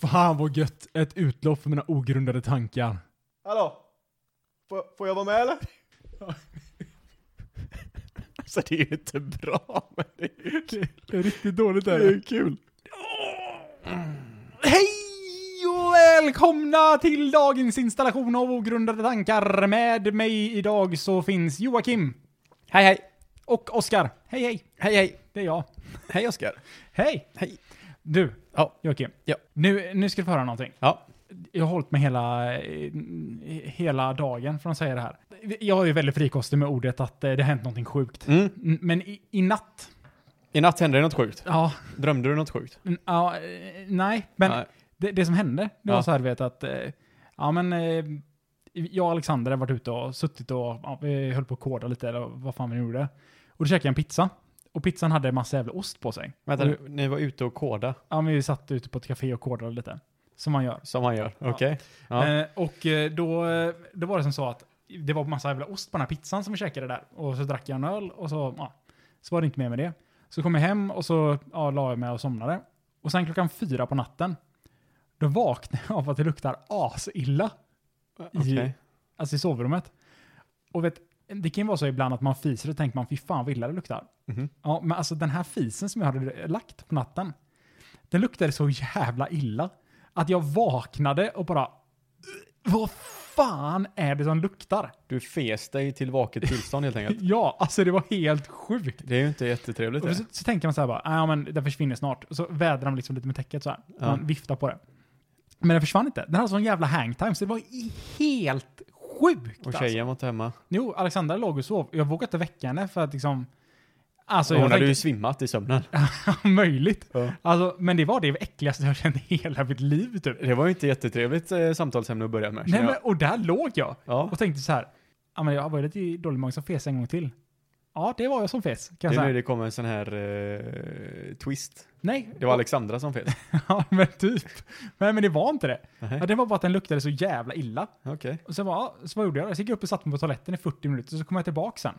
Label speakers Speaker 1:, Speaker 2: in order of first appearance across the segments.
Speaker 1: Fan vad gött. Ett utlopp för mina ogrundade tankar.
Speaker 2: Hallå? Får, får jag vara med eller?
Speaker 3: Alltså det är ju inte bra, men det är ju kul.
Speaker 1: Det är riktigt dåligt
Speaker 3: Det
Speaker 1: där.
Speaker 3: är ju kul.
Speaker 1: Hej och välkomna till dagens installation av ogrundade tankar. Med mig idag så finns Joakim
Speaker 3: Hej, hej.
Speaker 1: och Oskar. Hej hej,
Speaker 3: Hej, hej.
Speaker 1: det är jag.
Speaker 3: Hej, Oskar.
Speaker 1: Hej!
Speaker 3: Hej.
Speaker 1: Du,
Speaker 3: Ja.
Speaker 1: Joakim.
Speaker 3: Ja.
Speaker 1: Nu, nu ska du få höra någonting.
Speaker 3: Ja.
Speaker 1: Jag har hållit mig hela, eh, hela dagen från att säga det här. Jag är ju väldigt frikostig med ordet att eh, det har hänt någonting sjukt.
Speaker 3: Mm.
Speaker 1: N- Men i, i natt,
Speaker 3: I natt hände det något sjukt.
Speaker 1: ja,
Speaker 3: Drömde du något sjukt?
Speaker 1: n- ja eh, nej, men
Speaker 3: Nej.
Speaker 1: Det, det som hände, det var
Speaker 3: Ja.
Speaker 1: så här du vet att, eh, ja men, eh, jag och Alexander har varit ute och suttit och ja, vi höll på att koda lite eller vad fan vi nu gjorde. Och då käkade jag en pizza. Och pizzan hade en massa jävla ost på sig.
Speaker 3: Vänta,
Speaker 1: Och-
Speaker 3: nu, ni var ute och koda
Speaker 1: Ja, men vi satt ute på ett café och kodade lite. Som man gör.
Speaker 3: som han gör.
Speaker 1: Ja.
Speaker 3: Okej. Ja.
Speaker 1: Eh, och eh, då, eh, då var det som så att det var massa jävla ost på den här pizzan som vi käkade där. Och så drack jag en öl och så, ja, så var det inte mer med det. Så kom jag hem och så ja, la jag mig och somnade. Och sen klockan fyra på natten, då vaknade jag av att det luktar asilla.
Speaker 3: Okej.
Speaker 1: I, alltså i sovrummet. Och vet, det kan ju vara så ibland att man fiser och tänker man fy fan vad illa det luktar.
Speaker 3: Mhm.
Speaker 1: Ja, men alltså den här fisen som jag hade lagt på natten, den luktade så jävla illa att jag vaknade och bara vad fan är det som luktar?
Speaker 3: Du fes dig till vaket tillstånd helt enkelt.
Speaker 1: Ja, alltså det var helt sjukt.
Speaker 3: Det är ju inte jättetrevligt.
Speaker 1: Och så,
Speaker 3: Det.
Speaker 1: så tänker man så här bara, ja men den försvinner snart. Och så vädrar man liksom lite med täcket så här.
Speaker 3: Ja.
Speaker 1: Man viftar på det. Men den försvann inte. Den hade sån jävla hangtime så det var i- helt sjukt
Speaker 3: Och
Speaker 1: alltså.
Speaker 3: tjejen var inte hemma.
Speaker 1: Jo, Alexandra låg och sov. Jag vågade inte väcka henne för att liksom... Alltså,
Speaker 3: Hon
Speaker 1: jag
Speaker 3: hade ju
Speaker 1: tänkte,
Speaker 3: svimmat i sömnen.
Speaker 1: möjligt.
Speaker 3: Ja.
Speaker 1: Alltså, men det var det äckligaste jag kände i hela mitt liv typ.
Speaker 3: Det var ju inte jättetrevligt eh, samtalsämne att börja med.
Speaker 1: Nej,
Speaker 3: känner
Speaker 1: men,
Speaker 3: jag.
Speaker 1: och där låg jag
Speaker 3: Ja.
Speaker 1: och tänkte så här. Ja, men jag var ju lite dålig mage som fes en gång till. Ja, det var jag som fes,
Speaker 3: Det
Speaker 1: kan jag
Speaker 3: är
Speaker 1: säga.
Speaker 3: nu det kommer en sån här eh, twist.
Speaker 1: Nej.
Speaker 3: Det var Alexandra som fel.
Speaker 1: ja, men typ. Nej, men det var inte det.
Speaker 3: Nej,
Speaker 1: Ja, det var bara att den luktade så jävla illa.
Speaker 3: Okej.
Speaker 1: Och sen bara, ja, så vad gjorde jag? då? Jag gick upp och satte mig på toaletten i 40 minuter, så kom jag tillbaka sen.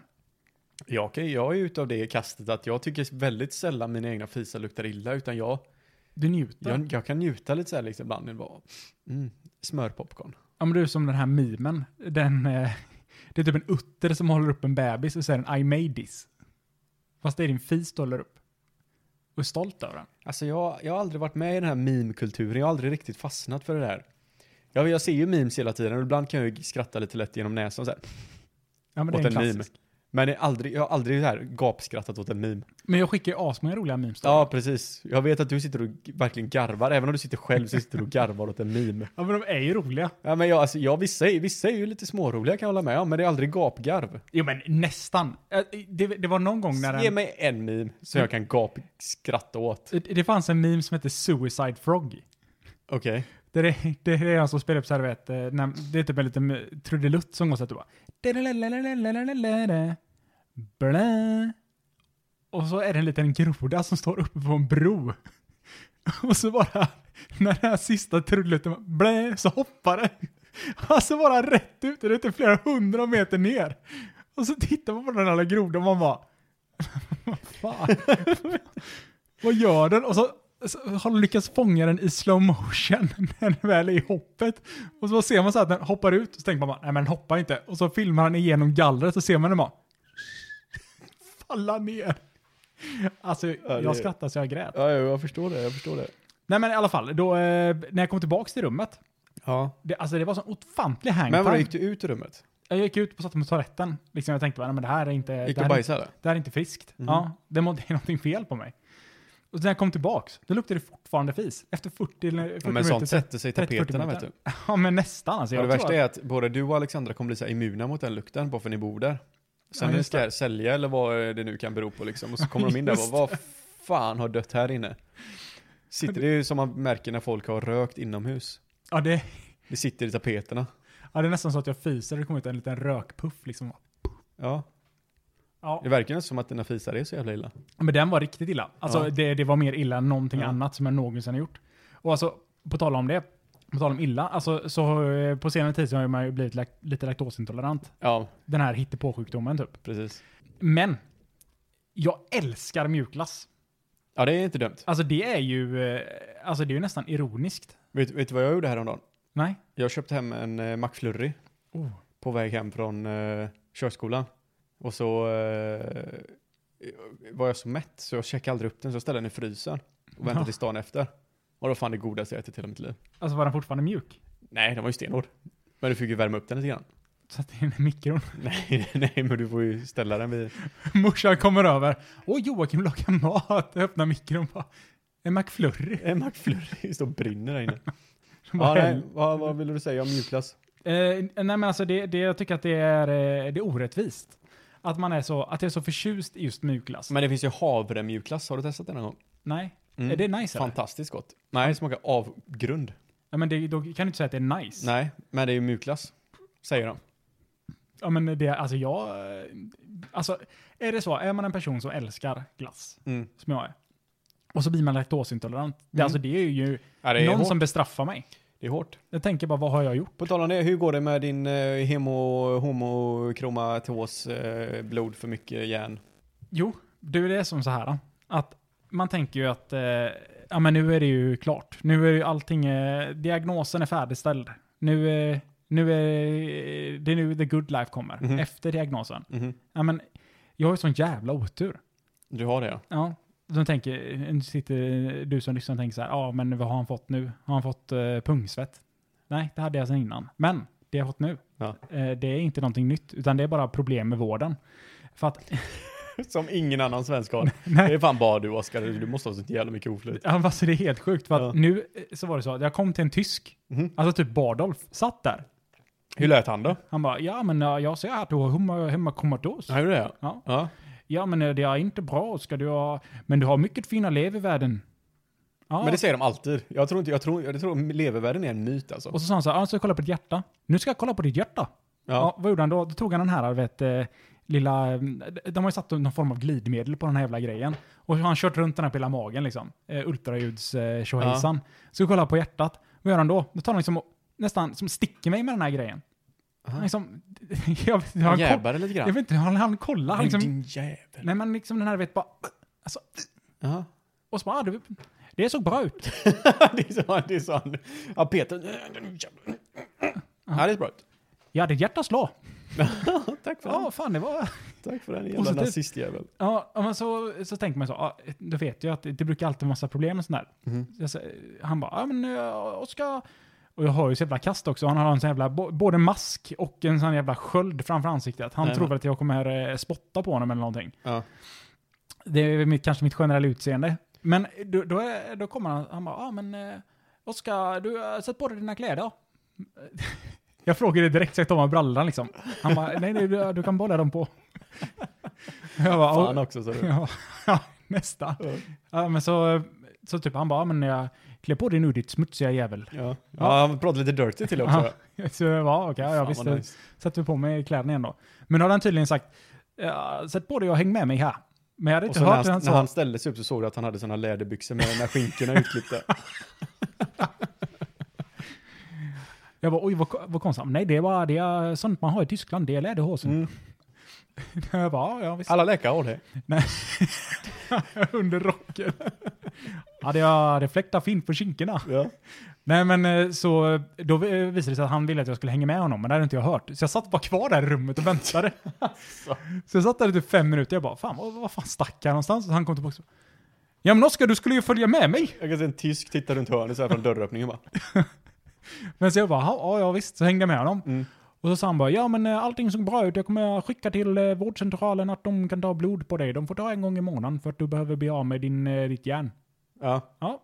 Speaker 3: Jag, kan- jag är utav det kastet att jag tycker väldigt sällan mina egna fisar luktar illa, utan jag,
Speaker 1: Du njuter.
Speaker 3: jag, jag kan njuta lite så här liksom ibland. Bara, mm, smörpopcorn.
Speaker 1: Ja men du är som den här memen. Den, eh, det är typ en utter som håller upp en bebis och säger en I made this. Fast det är din fis du håller upp. Och är stolt över den.
Speaker 3: Alltså jag, jag har aldrig varit med i den här meme-kulturen, jag har aldrig riktigt fastnat för det här. Jag, jag ser ju memes hela tiden och ibland kan jag ju skratta lite lätt genom näsan så här,
Speaker 1: Ja, men det
Speaker 3: åt
Speaker 1: är en
Speaker 3: en meme.
Speaker 1: klassisk.
Speaker 3: Men jag har aldrig, jag har aldrig så här gapskrattat åt en meme.
Speaker 1: Men jag skickar ju asmånga roliga memes då.
Speaker 3: Ja, precis. Jag vet att du sitter och g- verkligen garvar, även om du sitter själv så sitter du och garvar åt en meme.
Speaker 1: ja men de är ju roliga.
Speaker 3: Ja, men jag, alltså, jag, vissa, är, vissa är ju lite småroliga kan jag hålla med om, men det är aldrig gapgarv.
Speaker 1: Jo men nästan. Eh, Det, det var någon gång när
Speaker 3: Ge
Speaker 1: den,
Speaker 3: mig en meme som jag kan gapskratta åt.
Speaker 1: Det fanns en meme som hette Suicide Frog.
Speaker 3: Okej.
Speaker 1: Det är, det är han som spelar upp så här, du vet, eh, när, det är typ en liten eh, trudelutt som går så här, typ bara... "Dadadadadadadadadada, blä." Och så är det en liten groda som står uppe på en bro. Och så bara, när den här sista trudelutten bara, blä, så hoppar den. Alltså bara rätt ut, det är inte flera hundra meter ner. Och så tittar man på den här lilla grodan och man bara, vad fan? Vad gör den? Och så, så har den lyckats fånga den i slow motion när den väl är i hoppet. Och så ser man så att den hoppar ut och så tänker man bara, nej men den hoppar inte. Och så filmar han igenom gallret och ser man den bara falla ner. Alltså,
Speaker 3: det-
Speaker 1: jag skrattade så jag grät.
Speaker 3: Ja, jo, jag förstår det, jag förstår det.
Speaker 1: Nej men i alla fall, då, eh, när jag kom tillbaka till rummet,
Speaker 3: Ja.
Speaker 1: det, alltså det var sån ofantlig
Speaker 3: Men vadå,
Speaker 1: hangtime.
Speaker 3: gick du ut ur rummet?
Speaker 1: Jag gick ut och satte mig på toaletten. Liksom, jag tänkte bara, nej men det här är inte...
Speaker 3: Gick
Speaker 1: det
Speaker 3: du och
Speaker 1: här är
Speaker 3: bajsade?
Speaker 1: det här är inte friskt.
Speaker 3: Mhm.
Speaker 1: Ja, det må- det är någonting fel på mig. Och sen när jag kom tillbaks, då luktade det fortfarande fis. Efter 40, eller 40
Speaker 3: Ja, men
Speaker 1: minuter.
Speaker 3: sånt sätter sig i
Speaker 1: 30-40
Speaker 3: tapeterna vet
Speaker 1: minuter.
Speaker 3: du.
Speaker 1: Ja, men nästan. Alltså,
Speaker 3: Och
Speaker 1: jag tror
Speaker 3: det värsta
Speaker 1: att-
Speaker 3: är att både du och Alexandra kommer bli så här immuna mot den lukten bara för ni bor där. Sen
Speaker 1: Ja,
Speaker 3: när ni
Speaker 1: just
Speaker 3: ska sälja eller vad det nu kan bero på liksom, och så kommer de in där och
Speaker 1: Just
Speaker 3: bara, vad fan har dött här inne? Sitter det är ju som man märker när folk har rökt inomhus.
Speaker 1: Ja, det,
Speaker 3: Det sitter i tapeterna.
Speaker 1: ja, det är nästan så att jag fiser och det kommer ut en liten rökpuff liksom.
Speaker 3: Ja,
Speaker 1: Ja,
Speaker 3: det verkar nästan som att dina fisar är så jävla illa.
Speaker 1: men den var riktigt illa. Alltså
Speaker 3: Ja.
Speaker 1: det, det var mer illa än någonting
Speaker 3: Ja.
Speaker 1: annat som jag någonsin har gjort. Och alltså, på tal om det, på tal om illa, alltså så eh, på senare tid så har man ju blivit lak- lite laktosintolerant.
Speaker 3: Ja,
Speaker 1: Den här hittepåsjukdomen typ.
Speaker 3: precis.
Speaker 1: Men, jag älskar mjukglass.
Speaker 3: Ja, det är inte dumt.
Speaker 1: Alltså det är ju, eh, alltså det är ju nästan ironiskt.
Speaker 3: Vet, vet du vad jag gjorde häromdagen?
Speaker 1: Nej.
Speaker 3: Jag köpte hem en eh, McFlurry
Speaker 1: Oh.
Speaker 3: på väg hem från eh, körskolan. Och så eh, var jag så mätt så jag checkade aldrig upp den så jag ställde den i frysen och väntade
Speaker 1: Ja.
Speaker 3: till stan efter. Och då fan det godaste jag ätit i hela mitt liv.
Speaker 1: Alltså var den fortfarande mjuk?
Speaker 3: Nej, den var ju stenhård. Men du fick ju värma upp den lite grann.
Speaker 1: Satt in i mikron.
Speaker 3: Nej, nej, men du får ju ställa den vid...
Speaker 1: Morsan kommer över. Åh, Joakim lagar mat. Jag öppnar mikron och bara. En McFlurry.
Speaker 3: En McFlurry står och brinner där inne.
Speaker 1: Bara,
Speaker 3: ja, nej, vad, vad ville du säga om mjukglass?
Speaker 1: Eh, nej men alltså det, det, jag tycker att det är, eh, det är orättvist. Att man är så, att det är så förtjust i just mjukglass.
Speaker 3: Men det finns ju havremjukglass, har du testat den någon gång?
Speaker 1: Nej,
Speaker 3: Mm.
Speaker 1: är det nice eller?
Speaker 3: Fantastiskt gott. Nej, det smakar avgrund.
Speaker 1: Ja, men det, då kan du inte säga att det är nice.
Speaker 3: Nej, men det är ju mjukglass, säger de.
Speaker 1: Ja men det, alltså jag, eh, alltså är det så, är man en person som älskar glass,
Speaker 3: Mm.
Speaker 1: som jag är, och så blir man laktosintolerant, det,
Speaker 3: Mm.
Speaker 1: alltså det är ju
Speaker 3: Ja, det, är
Speaker 1: någon
Speaker 3: hårt.
Speaker 1: som bestraffar mig.
Speaker 3: det är hårt.
Speaker 1: Jag tänker bara, vad har jag gjort?
Speaker 3: På tal om det, hur går det med din eh, hemo, homokromatos, eh, blod för mycket järn?
Speaker 1: Jo, du det är som så här då, att man tänker ju att eh, ja, men nu är det ju klart. Nu är ju allting, eh, diagnosen är färdigställd. Nu, eh, nu är eh, det är nu the good life kommer,
Speaker 3: Mhm.
Speaker 1: efter diagnosen. Ja, men, jag har ju sån jävla otur.
Speaker 3: Du har det ja.
Speaker 1: Ja, de tänker, eh, nu sitter du som lyssnar och tänker så här, ja men vad har han fått nu? Har han fått eh, pungsvett? Nej, det hade jag sedan innan. Men det jag har fått nu,
Speaker 3: Ja.
Speaker 1: eh, det är inte någonting nytt, utan det är bara problem med vården. För att
Speaker 3: Som ingen annan svensk har. Det är fan bara du Oskar, du måste ha så jävla mycket oflyt.
Speaker 1: Ja, men alltså det är helt sjukt. För att
Speaker 3: Ja.
Speaker 1: nu eh, så var det så att jag kom till en tysk,
Speaker 3: Mhm.
Speaker 1: alltså typ Bardolf, satt där.
Speaker 3: Hur lät han då?
Speaker 1: Han bara, ja men eh, jag ser att du har humma, hemmakomatos.
Speaker 3: Ja, hur är det?
Speaker 1: Ja.
Speaker 3: ja.
Speaker 1: Ja men eh, det är inte bra, ska du ha, men du har mycket fina levervärden. Ja.
Speaker 3: Men det säger de alltid. Jag tror inte, jag tror, jag tror levervärlden är en myt alltså.
Speaker 1: Och så sa han så här, "Ja, jag ska kolla på ditt hjärta. Nu ska jag kolla på ditt hjärta. Ja.
Speaker 3: Ja.
Speaker 1: vad gjorde han då? Då tog han den här, vet, eh, lilla, eh, de har ju satt någon form av glidmedel på den här jävla grejen. Och så har han kört runt den här på hela magen liksom. Eh, ultraljuds eh, tjohejsan. Så kollar han på hjärtat. Vad gör han då? Då tar han liksom och, nästan, som sticker mig med den här grejen. Han liksom, jag vet inte,
Speaker 3: Han
Speaker 1: han koll,
Speaker 3: jävlar lite
Speaker 1: jag
Speaker 3: grann.
Speaker 1: vet inte, han, han kollar, han
Speaker 3: Men
Speaker 1: liksom,
Speaker 3: din jävel.
Speaker 1: nej men liksom den här vet bara, alltså,
Speaker 3: Ja.
Speaker 1: och så bara, ah, det, det såg bra ut.
Speaker 3: det är så han, det är så han. Ja, Peter. Ja, det är bra.
Speaker 1: Ja, ditt hjärta slår.
Speaker 3: Tack för
Speaker 1: Ja,
Speaker 3: den.
Speaker 1: fan det var...
Speaker 3: Tack för den jävla
Speaker 1: Positivt.
Speaker 3: nazistjävel.
Speaker 1: Ja, ja, men så, så tänker man så. Ja, då vet jag att det, det brukar alltid vara massa problem och sådär.
Speaker 3: Mhm.
Speaker 1: Så jag säger- han bara, ja men eh, Oskar. Och jag har ju så jävla kast också. Han har en sån jävla, bo- både mask och en sån jävla sköld framför ansiktet. Han
Speaker 3: Nej,
Speaker 1: tror
Speaker 3: men-
Speaker 1: väl att jag kommer eh, spotta på honom eller någonting.
Speaker 3: Ja.
Speaker 1: Det är väl mitt, kanske mitt generella utseende. Men då, då, är, då kommer han, han bara, ja men eh, Oskar, du har sett på dig dina kläder. Jag frågade direkt så jag tog av mig brallan liksom. Han bara, nej nej, du, du kan bolla dem på. Jag bara, "Ja,
Speaker 3: Fan också, sa du.
Speaker 1: Ja, ja nästan.
Speaker 3: Ja.
Speaker 1: Ja, men så, så typ han bara, "Ja, men jag klär på dig nu ditt smutsiga jävel.
Speaker 3: Ja. ja, han pratade lite dirty till också.
Speaker 1: Ja, Så jag bara, okej, ja,
Speaker 3: Fan,
Speaker 1: jag
Speaker 3: vad
Speaker 1: visste.
Speaker 3: nice.
Speaker 1: Sätter vi på mig kläderna igen då. Men då hade han tydligen sagt, "Ja, sätt på dig och häng med mig här. Men jag hade
Speaker 3: Och
Speaker 1: inte
Speaker 3: så när
Speaker 1: hört det
Speaker 3: han,
Speaker 1: han
Speaker 3: när
Speaker 1: sa.
Speaker 3: han ställde sig upp så såg du att han hade sådana läderbyxor med de här skinkorna utklippta.
Speaker 1: Jag bara, oj vad, ko- vad konstigt. Nej, det var det är sånt man har i Tyskland, det är läderhosen.
Speaker 3: Mm.
Speaker 1: Jag bara, "Ja, ja visst.
Speaker 3: Alla läkare har det.
Speaker 1: Under rocken. ja, det, är- det fläktar fint på skinkorna.
Speaker 3: Ja.
Speaker 1: Nej men eh, så eh, då eh, visade det sig att han ville att jag skulle hänga med honom, men det hade inte jag hört. Så jag satt bara kvar där i rummet och väntade. så jag satt där i typ fem minuter, jag bara fan vad, vad fan stack jag någonstans? Och han kom tillbaka och så, Ja men Oskar du skulle ju följa med mig!
Speaker 3: Jag kan se en tysk titta runt hörnet så här från dörröppningen bara.
Speaker 1: Men så jag bara "Ja, ja ja, visst, så hängde jag med honom.
Speaker 3: Mm.
Speaker 1: Och så sa han bara ja men eh, allting såg bra ut, jag kommer skicka till eh, vårdcentralen att de kan ta blod på dig. De får ta en gång i månaden för att du behöver bli av med din, eh, ditt järn.
Speaker 3: Ja,
Speaker 1: Ja.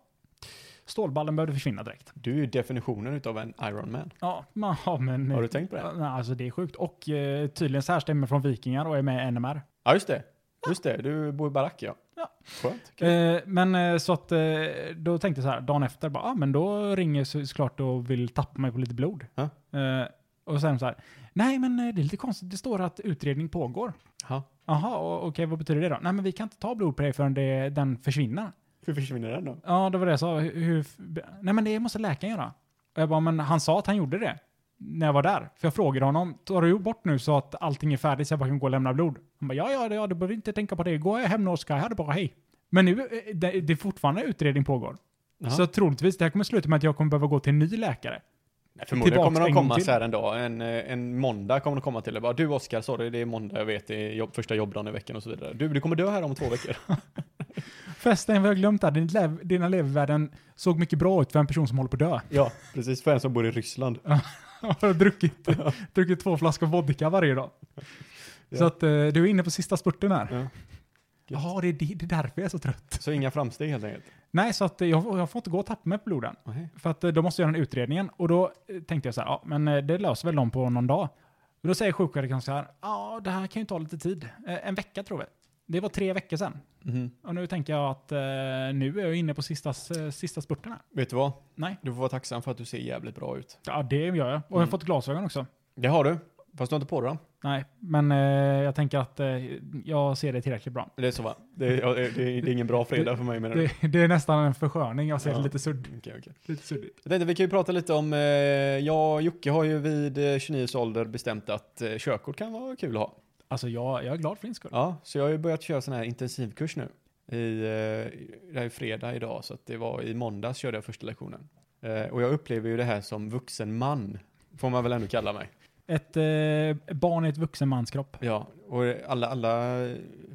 Speaker 1: Stålballen behövde försvinna direkt.
Speaker 3: du är ju definitionen utav en Iron Man.
Speaker 1: Ja, men- ja men... eh,
Speaker 3: Har du tänkt på
Speaker 1: Ja,
Speaker 3: det?
Speaker 1: nej, alltså det är sjukt. Och eh, tydligen särstämmer från vikingar och är med i NMR.
Speaker 3: Ja, just det. Just det, du bor i barack ja.
Speaker 1: Ja.
Speaker 3: Skönt.
Speaker 1: Eh, men eh, så att eh, då tänkte jag så här, dagen efter bara, ah, men då ringer så- såklart och vill tappa mig på lite blod.
Speaker 3: Ja.
Speaker 1: Eh, och sen så här, nej men eh, det är lite konstigt, det står att utredning pågår.
Speaker 3: Ja.
Speaker 1: Jaha, och- okej vad betyder det då? Nej men vi kan inte ta blod på dig förrän det, den försvinner.
Speaker 3: Hur försvinner den då?
Speaker 1: Ja, det var det jag sa. Hur, hur, nej men det måste läkaren göra. Och jag bara, men han sa att han gjorde det. När jag var där. För jag frågade honom, tar du bort nu så att allting är färdigt så jag bara kan gå och lämna blod? Han bara, ja ja, det- ja du behöver inte tänka på det. Gå hem nu Oskar, här är det bara hej. Men nu, eh, det, det är fortfarande utredning pågår.
Speaker 3: Ja.
Speaker 1: Så troligtvis, det här kommer sluta med att jag kommer behöva gå till en ny läkare.
Speaker 3: Nej, förmodligen
Speaker 1: Tillbaks
Speaker 3: kommer de
Speaker 1: en gång
Speaker 3: komma
Speaker 1: till.
Speaker 3: så här en dag, en, eh, en måndag kommer de komma till dig bara du Oskar, sorry det är måndag, jag vet det är jobb, första jobbdagen i veckan och så vidare. Du, du kommer dö här om två veckor.
Speaker 1: Förresten, vad jag glömt där, din lev, dina levervärden såg mycket bra ut för en person som håller på att dö.
Speaker 3: ja, precis, för en som bor i Ryssland.
Speaker 1: Och har druckit, druckit två flaskor vodka varje dag.
Speaker 3: Ja.
Speaker 1: Så att eh, du är inne på sista spurten här.
Speaker 3: Ja. Gött.
Speaker 1: Jaha, det är, det, det är därför jag är så trött.
Speaker 3: Så inga framsteg helt enkelt.
Speaker 1: Nej, så att eh, jag, jag får inte gå och tappa mig på bloden.
Speaker 3: Nej.
Speaker 1: För att eh, de måste göra den utredningen. Och då eh, tänkte jag så här, ja, men eh, det löser väl de på någon dag. Och då säger sjuksköterskan så här, ja, det här kan ju ta lite tid. Eh, En vecka tror vi. Det var tre veckor sedan.
Speaker 3: Mhm.
Speaker 1: Och nu tänker jag att eh, nu är jag inne på sista, eh, sista spurten här.
Speaker 3: Vet du vad?
Speaker 1: Nej.
Speaker 3: Du får vara tacksam för att du ser jävligt bra ut.
Speaker 1: Ja, det gör jag. Och jag har
Speaker 3: Mm.
Speaker 1: fått glasögon också.
Speaker 3: Det har du, fast du har inte på dig dem.
Speaker 1: Nej, men eh, jag tänker att eh, jag ser det tillräckligt bra.
Speaker 3: Det är så va? Det är, ja, det, det är det är ingen bra fredag för mig menar du?
Speaker 1: Det, det är nästan en försköning. Jag ser
Speaker 3: Ja.
Speaker 1: det lite, sudd,
Speaker 3: Okej, okej.
Speaker 1: lite suddigt.
Speaker 3: Jag tänkte vi kan ju prata lite om, eh, jag och Jocke har ju vid eh, 29 års ålder bestämt att eh, körkort kan vara kul att ha.
Speaker 1: Alltså, jag, jag är glad för din skull.
Speaker 3: Ja, så jag har ju börjat köra sån här intensivkurs nu. I, eh, det här är fredag idag, så att det var i måndags körde jag första lektionen. Eh, och jag upplever ju det här som vuxen man, får man väl ändå kalla mig.
Speaker 1: Ett eh, barn i ett vuxen mans kropp.
Speaker 3: Ja, och alla, alla,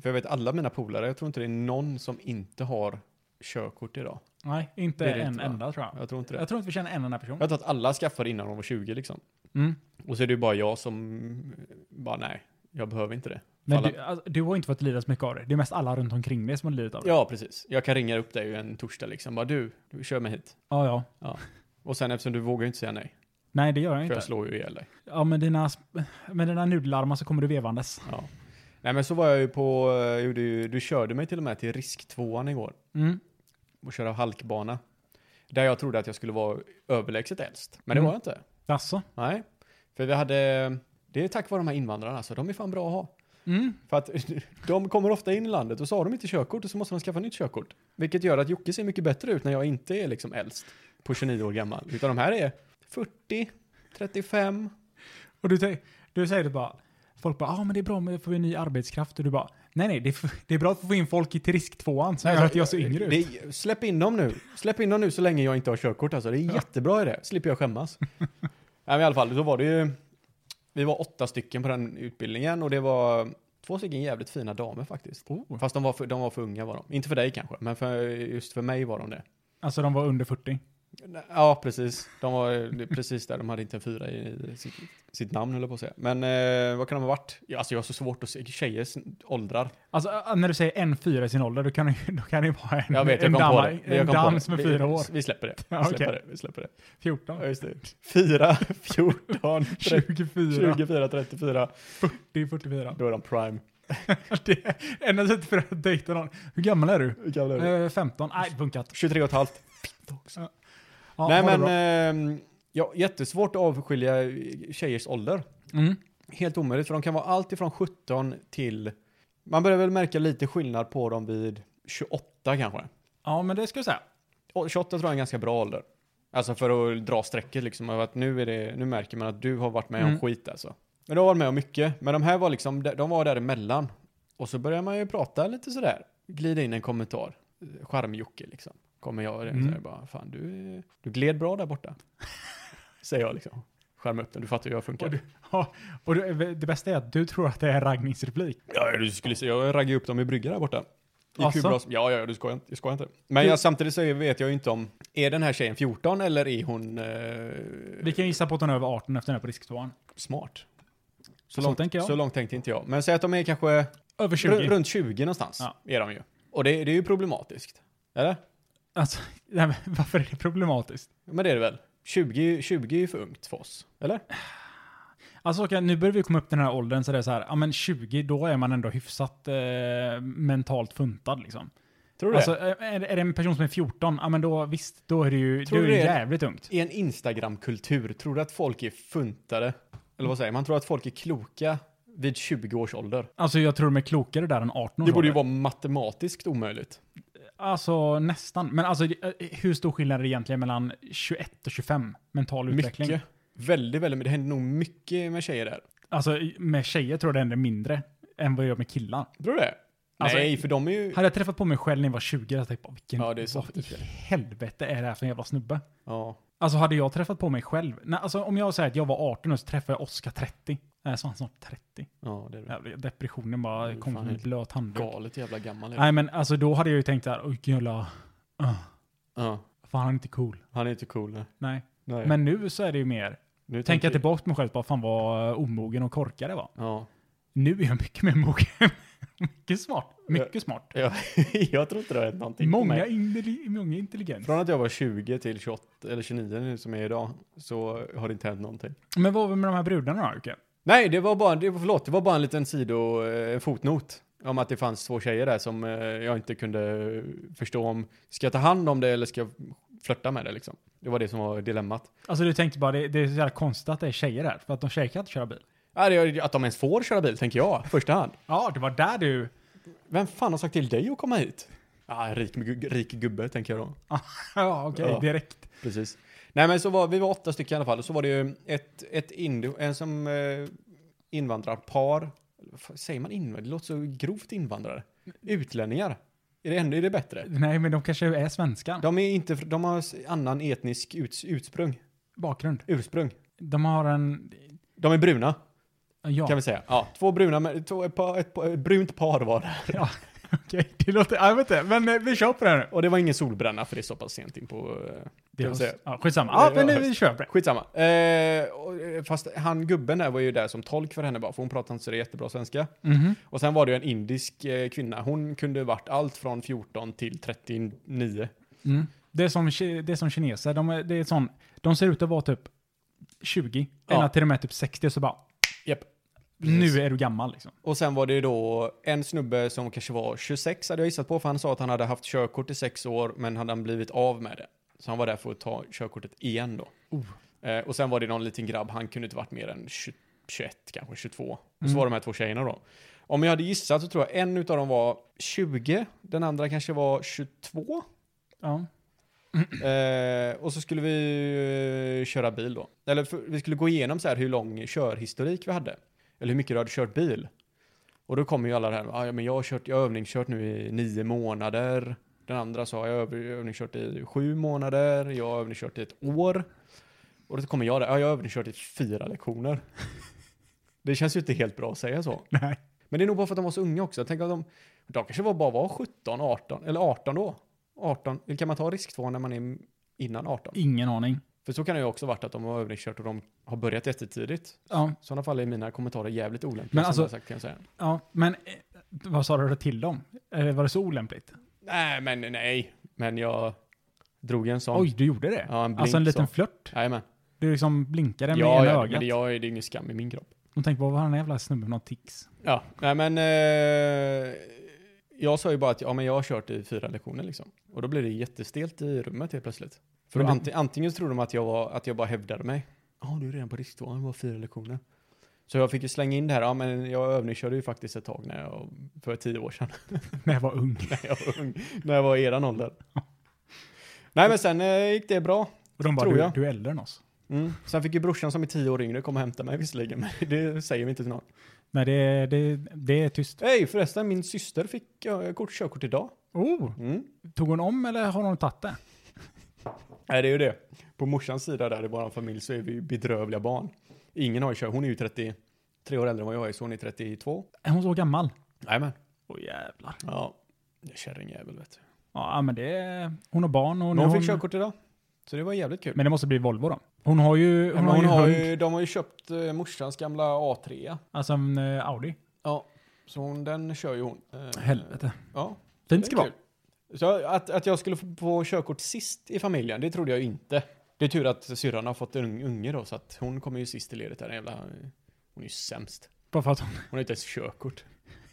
Speaker 3: för jag vet alla mina polare, jag tror inte det är någon som inte har körkort idag.
Speaker 1: Nej, inte
Speaker 3: Det är det
Speaker 1: en
Speaker 3: inte, va?
Speaker 1: enda tror jag.
Speaker 3: Jag tror inte det.
Speaker 1: Jag tror inte vi känner en enda person.
Speaker 3: Jag tror att alla skaffade innan de var 20 liksom.
Speaker 1: Mm.
Speaker 3: Och så är det ju bara jag som bara nej, jag behöver inte det.
Speaker 1: Men
Speaker 3: Alla-
Speaker 1: du, alltså, du har inte fått lida så mycket av det. Det är mest alla runt omkring dig som har lidit av det.
Speaker 3: Ja, precis. Jag kan ringa upp dig en torsdag liksom, bara du, du kör mig hit.
Speaker 1: ja. ja.
Speaker 3: Och sen eftersom du vågar ju inte säga nej.
Speaker 1: Nej, det gör jag
Speaker 3: För
Speaker 1: inte.
Speaker 3: jag slår ju ihjäl dig.
Speaker 1: Ja, med dina, sp- med dina nudelarmar så kommer du vevandes.
Speaker 3: Ja. Nej men så var jag ju på, eh, jag gjorde ju, du körde mig till och med till risktvåan igår
Speaker 1: Mm.
Speaker 3: och köra halkbana. Där jag trodde att jag skulle vara överlägset äldst. Men det
Speaker 1: Mm.
Speaker 3: var jag inte.
Speaker 1: Alltså.
Speaker 3: Nej. För vi hade, det är tack vare de här invandrarna alltså, de är fan bra att ha.
Speaker 1: Mm.
Speaker 3: För att de kommer ofta in i landet och så har de inte körkort och så måste de skaffa nytt körkort. Vilket gör att Jocke ser mycket bättre ut när jag inte är liksom äldst på 29 år gammal. Utan de här är 40, 35.
Speaker 1: Och du, te- du säger det bara. Folk bara, ja ah, men det är bra med att få in ny arbetskraft. Och du bara, nej nej, det är, f- det är bra att få in folk i till risktvåan som gör att jag ser yngre ut.
Speaker 3: Det, släpp in dem nu. Släpp in dem nu så länge jag inte har körkort alltså. Det är jättebra i det. Slipper jag skämmas. Nej men i alla fall, då var det ju... Vi var åtta stycken på den utbildningen och det var två stycken jävligt fina damer faktiskt.
Speaker 1: Oh.
Speaker 3: Fast de var, för, de var för unga var de. Inte för dig kanske, men för, just för mig var de det.
Speaker 1: Alltså de var under 40.
Speaker 3: Ja, precis. De var eh, precis där. De hade inte en fyra i sitt, sitt namn, höll jag på att säga. Men eh, vad kan de ha varit? Ja, alltså, jag har så svårt att se tjejers åldrar.
Speaker 1: Alltså ä- när du säger en fyra i sin ålder, då kan det ju- då kan det ju vara en,
Speaker 3: Jag vet, jag
Speaker 1: en,
Speaker 3: kom på
Speaker 1: dam,
Speaker 3: det. Jag
Speaker 1: en
Speaker 3: kom på
Speaker 1: dam
Speaker 3: det.
Speaker 1: som är
Speaker 3: Vi-
Speaker 1: fyra år.
Speaker 3: Vi släpper det.
Speaker 1: Ja,
Speaker 3: Vi släpper
Speaker 1: okej.
Speaker 3: det. Vi släpper det.
Speaker 1: 14,
Speaker 3: Ja, just det. 4, 14, 30,
Speaker 1: 24,
Speaker 3: 24, 34.
Speaker 1: 40, 44.
Speaker 3: Då är de prime.
Speaker 1: Det är enda sättet för att dejta någon. Hur gammal är du?
Speaker 3: Hur gamla är du?
Speaker 1: Eh, 15? Nej, funkat.
Speaker 3: 23 och ett halvt.
Speaker 1: Ja,
Speaker 3: Nej
Speaker 1: ha det
Speaker 3: men,
Speaker 1: bra.
Speaker 3: ehm, ja, jättesvårt att avskilja tjejers ålder.
Speaker 1: Mm.
Speaker 3: Helt omöjligt, för de kan vara allt ifrån 17 till... Man börjar väl märka lite skillnad på dem vid 28 kanske.
Speaker 1: Ja, men det ska jag säga.
Speaker 3: Och 28 tror jag är en ganska bra ålder. Alltså för att dra strecket liksom. av Att nu, är det, nu märker man att du har varit med om
Speaker 1: Mm.
Speaker 3: skit alltså. Men du har varit med om mycket. Men de här var liksom, de var däremellan. Och så börjar man ju prata lite sådär. Glida in en kommentar. Charm-Jocke liksom. Kommer jag och
Speaker 1: Mm.
Speaker 3: mm. säger bara, fan du, du gled bra där borta. säger jag liksom. Skärma upp den, du fattar hur jag funkar.
Speaker 1: Och, du, ja, och du, det bästa är att du tror att det är en raggningsreplik.
Speaker 3: Ja, ja, du skulle se, jag raggade upp dem i brygga där borta. Gick
Speaker 1: Asså?
Speaker 3: hur bra som, ja, ja, ja, du skojar inte. Jag skojar inte. Men
Speaker 1: Du-
Speaker 3: jag, samtidigt så är- vet jag ju inte om, är den här tjejen 14 eller är hon eh,
Speaker 1: Vi kan gissa på att hon är över 18 efter den här på risktvåan.
Speaker 3: smart?
Speaker 1: Så tänker jag.
Speaker 3: så långt tänkte inte jag. Men säg att de är kanske
Speaker 1: Över 20.
Speaker 3: r- runt 20 någonstans.
Speaker 1: Ja.
Speaker 3: Är de ju. Och det, det är ju problematiskt. Eller?
Speaker 1: Alltså, nej, men varför är det problematiskt?
Speaker 3: Men det är det väl? 20, 20 är ju för ungt för oss. Eller?
Speaker 1: Alltså okej, nu börjar vi komma upp till den här åldern så det är så här, ja men 20, då är man ändå hyfsat eh, mentalt funtad liksom.
Speaker 3: Tror du
Speaker 1: Alltså,
Speaker 3: det?
Speaker 1: är, är det en person som är 14, ja men då visst, då är det ju
Speaker 3: Tror
Speaker 1: då är
Speaker 3: du
Speaker 1: det
Speaker 3: det är-
Speaker 1: jävligt ungt.
Speaker 3: I en Instagram-kultur, tror du att folk är funtade? Eller vad säger man? Tror att folk är kloka vid 20 års ålder?
Speaker 1: Alltså jag tror de är klokare där än 18 års
Speaker 3: Det borde ju
Speaker 1: ålder.
Speaker 3: vara matematiskt omöjligt.
Speaker 1: Alltså nästan. Men alltså eh, hur stor skillnad är det egentligen mellan 21 och 25? Mental utveckling.
Speaker 3: Mycket. Väldigt, väldigt, men det händer nog mycket med tjejer där.
Speaker 1: Alltså med tjejer tror jag det händer mindre än vad det gör med killar.
Speaker 3: Tror du det?
Speaker 1: Alltså,
Speaker 3: Nej, för de är ju...
Speaker 1: Hade jag träffat på mig själv när jag var 20, hade jag tänkt bara, vilken,
Speaker 3: Ja, det är sant.
Speaker 1: vad i helvete är det här för en jävla snubbe?
Speaker 3: Ja.
Speaker 1: Alltså hade jag träffat på mig själv, nej, alltså om jag säger att jag var 18 och så träffade jag Oskar 30, nej så var han snart 30.
Speaker 3: Ja, det är väl
Speaker 1: Jävla depressionen bara
Speaker 3: Fy
Speaker 1: kom
Speaker 3: fan,
Speaker 1: som en
Speaker 3: helt
Speaker 1: blöt handduk.
Speaker 3: galet jävla gammal. är
Speaker 1: Nej men alltså då hade jag ju tänkt såhär, oj vilken jävla, uh,
Speaker 3: det. Ja.
Speaker 1: fan han är inte cool.
Speaker 3: Han är inte cool. Nej.
Speaker 1: Nej.
Speaker 3: Nej.
Speaker 1: Men nu så är det ju mer,
Speaker 3: nu
Speaker 1: tänker jag tillbaka på mig själv, bara fan vad uh, omogen och korkad jag var.
Speaker 3: Ja.
Speaker 1: Nu är jag mycket mer mogen. mycket smart. Mycket smart.
Speaker 3: Ja, jag tror inte det har hänt någonting. på
Speaker 1: Många,
Speaker 3: mig.
Speaker 1: intelli- många intelligent.
Speaker 3: Från att jag var 20 till 28, eller 29 nu som jag är idag, så har det inte hänt någonting.
Speaker 1: Men vad var vi med de här brudarna då Jocke?
Speaker 3: Nej, det var bara, det var, förlåt, det var bara en liten sido, eh, en fotnot. Om att det fanns två tjejer där som eh, jag inte kunde eh, förstå om, ska jag ta hand om det eller ska jag flörta med det liksom? Det var det som var dilemmat.
Speaker 1: Alltså du tänkte bara, det, det är så jävla konstigt att det är tjejer där, för att de tjejer kan inte köra bil.
Speaker 3: Nej, det är, att de ens får köra bil, tänker jag, i första hand.
Speaker 1: Ja, det var där du...
Speaker 3: Vem fan har sagt till dig att komma hit? Ja, en rik, rik gubbe, tänker jag då.
Speaker 1: Ja, okej,
Speaker 3: Ja.
Speaker 1: direkt.
Speaker 3: Precis. Nej men så var, vi var åtta stycken i alla fall, och så var det ju ett, ett indo, en som eh, invandrarpar, F- säger man invandrare? Det låter så grovt invandrare. Utlänningar, är det ännu är det bättre?
Speaker 1: Nej, men de kanske är svenskar.
Speaker 3: De är inte, fr- de har s- annan etnisk uts, utsprung,
Speaker 1: Bakgrund.
Speaker 3: ursprung.
Speaker 1: De har en...
Speaker 3: De är bruna,
Speaker 1: Ja,
Speaker 3: kan vi säga. Ja, två bruna, men- två, ett, par, ett, par, ett brunt par var det.
Speaker 1: okej. Det låter... Jag vet inte, men eh, vi kör på det här nu.
Speaker 3: Och det var ingen solbränna, för det är så pass sent in på... Eh,
Speaker 1: Det
Speaker 3: Kan vi
Speaker 1: är
Speaker 3: säga.
Speaker 1: ja, skitsamma. Ja,
Speaker 3: Det
Speaker 1: men
Speaker 3: var
Speaker 1: nu, vi kör på det.
Speaker 3: Skitsamma. Eh, och, eh, fast han gubben där var ju där som tolk för henne bara, för hon pratade inte så jättebra svenska.
Speaker 1: Mhm.
Speaker 3: Och sen var det ju en indisk eh, kvinna. Hon kunde varit allt från 14 till 39.
Speaker 1: Mm. Det, är som, ki- det är som kineser, de, är, det är sån, de ser ut att vara typ 20,
Speaker 3: Ja.
Speaker 1: ena till och med typ 60, så bara
Speaker 3: Japp.
Speaker 1: nu är du gammal liksom.
Speaker 3: Och sen var det ju då en snubbe som kanske var 26 hade jag gissat på, för han sa att han hade haft körkort i sex år, men hade han blivit av med det. Så han var där för att ta körkortet igen då. Eh, och sen var det någon liten grabb, han kunde inte varit mer än 20, 21, kanske 22. Och så var de här två tjejerna då. Om jag hade gissat så tror jag en utav dem var 20, den andra kanske var 22.
Speaker 1: Ja.
Speaker 3: Eh, och så skulle vi eh, köra bil då. Eller för, vi skulle gå igenom så här hur lång körhistorik vi hade. Eller hur mycket du hade kört bil. Och då kommer ju alla det här, ah, ja, men jag har, kört, jag har övningskört nu i nio månader. Den andra sa, jag har öv- övningskört i sju månader, jag har övningskört i ett år. Och då kommer jag där, ja, jag har övningskört i fyra lektioner. det känns ju inte helt bra att säga så.
Speaker 1: Nej.
Speaker 3: Men det är nog bara för att de var så unga också. Tänk om de, de kanske var bara var 17, 18, eller 18 då. 18, eller kan man ta risk 2 när man är innan 18?
Speaker 1: Ingen aning.
Speaker 3: För så kan det ju också varit att de har övningskört och de har börjat jättetidigt.
Speaker 1: Ja,
Speaker 3: I sådana fall är mina kommentarer jävligt olämpliga.
Speaker 1: Men
Speaker 3: som
Speaker 1: alltså-
Speaker 3: jag sagt, kan jag säga.
Speaker 1: ja men eh, vad sa du då till dem? Eh, Var det så olämpligt?
Speaker 3: Nej, men nej. Men jag drog en sån.
Speaker 1: Oj, du gjorde det?
Speaker 3: Ja, en blink
Speaker 1: alltså en liten
Speaker 3: så.
Speaker 1: flört?
Speaker 3: Jajamän.
Speaker 1: Du liksom blinkade med
Speaker 3: Ja,
Speaker 1: ena
Speaker 3: ja, men
Speaker 1: ögat?
Speaker 3: det, jag, är- det är ingen skam i min kropp.
Speaker 1: De tänkte bara, vad har den här jävla snubben för någon tics?
Speaker 3: Ja, nej men... Eh, jag sa ju bara att ja, men jag har kört i fyra lektioner liksom. Och då blev det jättestelt i rummet helt plötsligt. För då
Speaker 1: Men
Speaker 3: anti, antingen så trodde de att jag, var, att jag bara hävdade mig. Ja, du är redan på risk två, det var fyra lektioner. Så jag fick ju slänga in det här, ja men jag övningskörde ju faktiskt ett tag när jag, för tio år sedan,
Speaker 1: När jag var ung.
Speaker 3: när jag var ung, när jag var i eran ålder. Nej men sen eh, gick det bra.
Speaker 1: Och de bara,
Speaker 3: Tror
Speaker 1: du,
Speaker 3: jag.
Speaker 1: du är äldre än oss.
Speaker 3: Mm. Sen fick ju brorsan som är tio år yngre komma och hämta mig visserligen, men det säger vi inte till någon.
Speaker 1: Nej, det, är- det, det är tyst.
Speaker 3: Hej förresten, min syster fick eh, kort, körkort idag.
Speaker 1: Oh,
Speaker 3: Mm.
Speaker 1: tog hon om eller har hon tagit det?
Speaker 3: Nej, det är ju det. På morsans sida där i vår familj så är vi ju bedrövliga barn. Ingen har ju kört. Hon är ju 33 år äldre än vad jag är, så hon är 32.
Speaker 1: Är hon så gammal?
Speaker 3: Jajamän.
Speaker 1: Åh jävlar.
Speaker 3: Ja. Kärringjävel vet du.
Speaker 1: Ja, men det är, Hon har barn och
Speaker 3: Men
Speaker 1: nu
Speaker 3: hon
Speaker 1: har
Speaker 3: fick körkort idag. Så det var jävligt kul.
Speaker 1: Men det måste bli Volvo då. Hon har ju, hon
Speaker 3: Men
Speaker 1: har
Speaker 3: hon
Speaker 1: ju,
Speaker 3: har
Speaker 1: hund,
Speaker 3: ju, de har ju köpt eh, morsans gamla A3.
Speaker 1: alltså en eh, Audi.
Speaker 3: Ja. Så hon, den kör ju hon. Eh,
Speaker 1: Helvete.
Speaker 3: Ja.
Speaker 1: Fint ska det
Speaker 3: är
Speaker 1: vara.
Speaker 3: kul. Så att, att jag skulle få- få körkort sist i familjen, det trodde jag ju inte. Det är tur att syrran har fått en ung- unge då, så att hon kommer ju sist i ledet där. den Jävla, hon är ju sämst.
Speaker 1: Bara för att hon,
Speaker 3: Hon har inte ens körkort.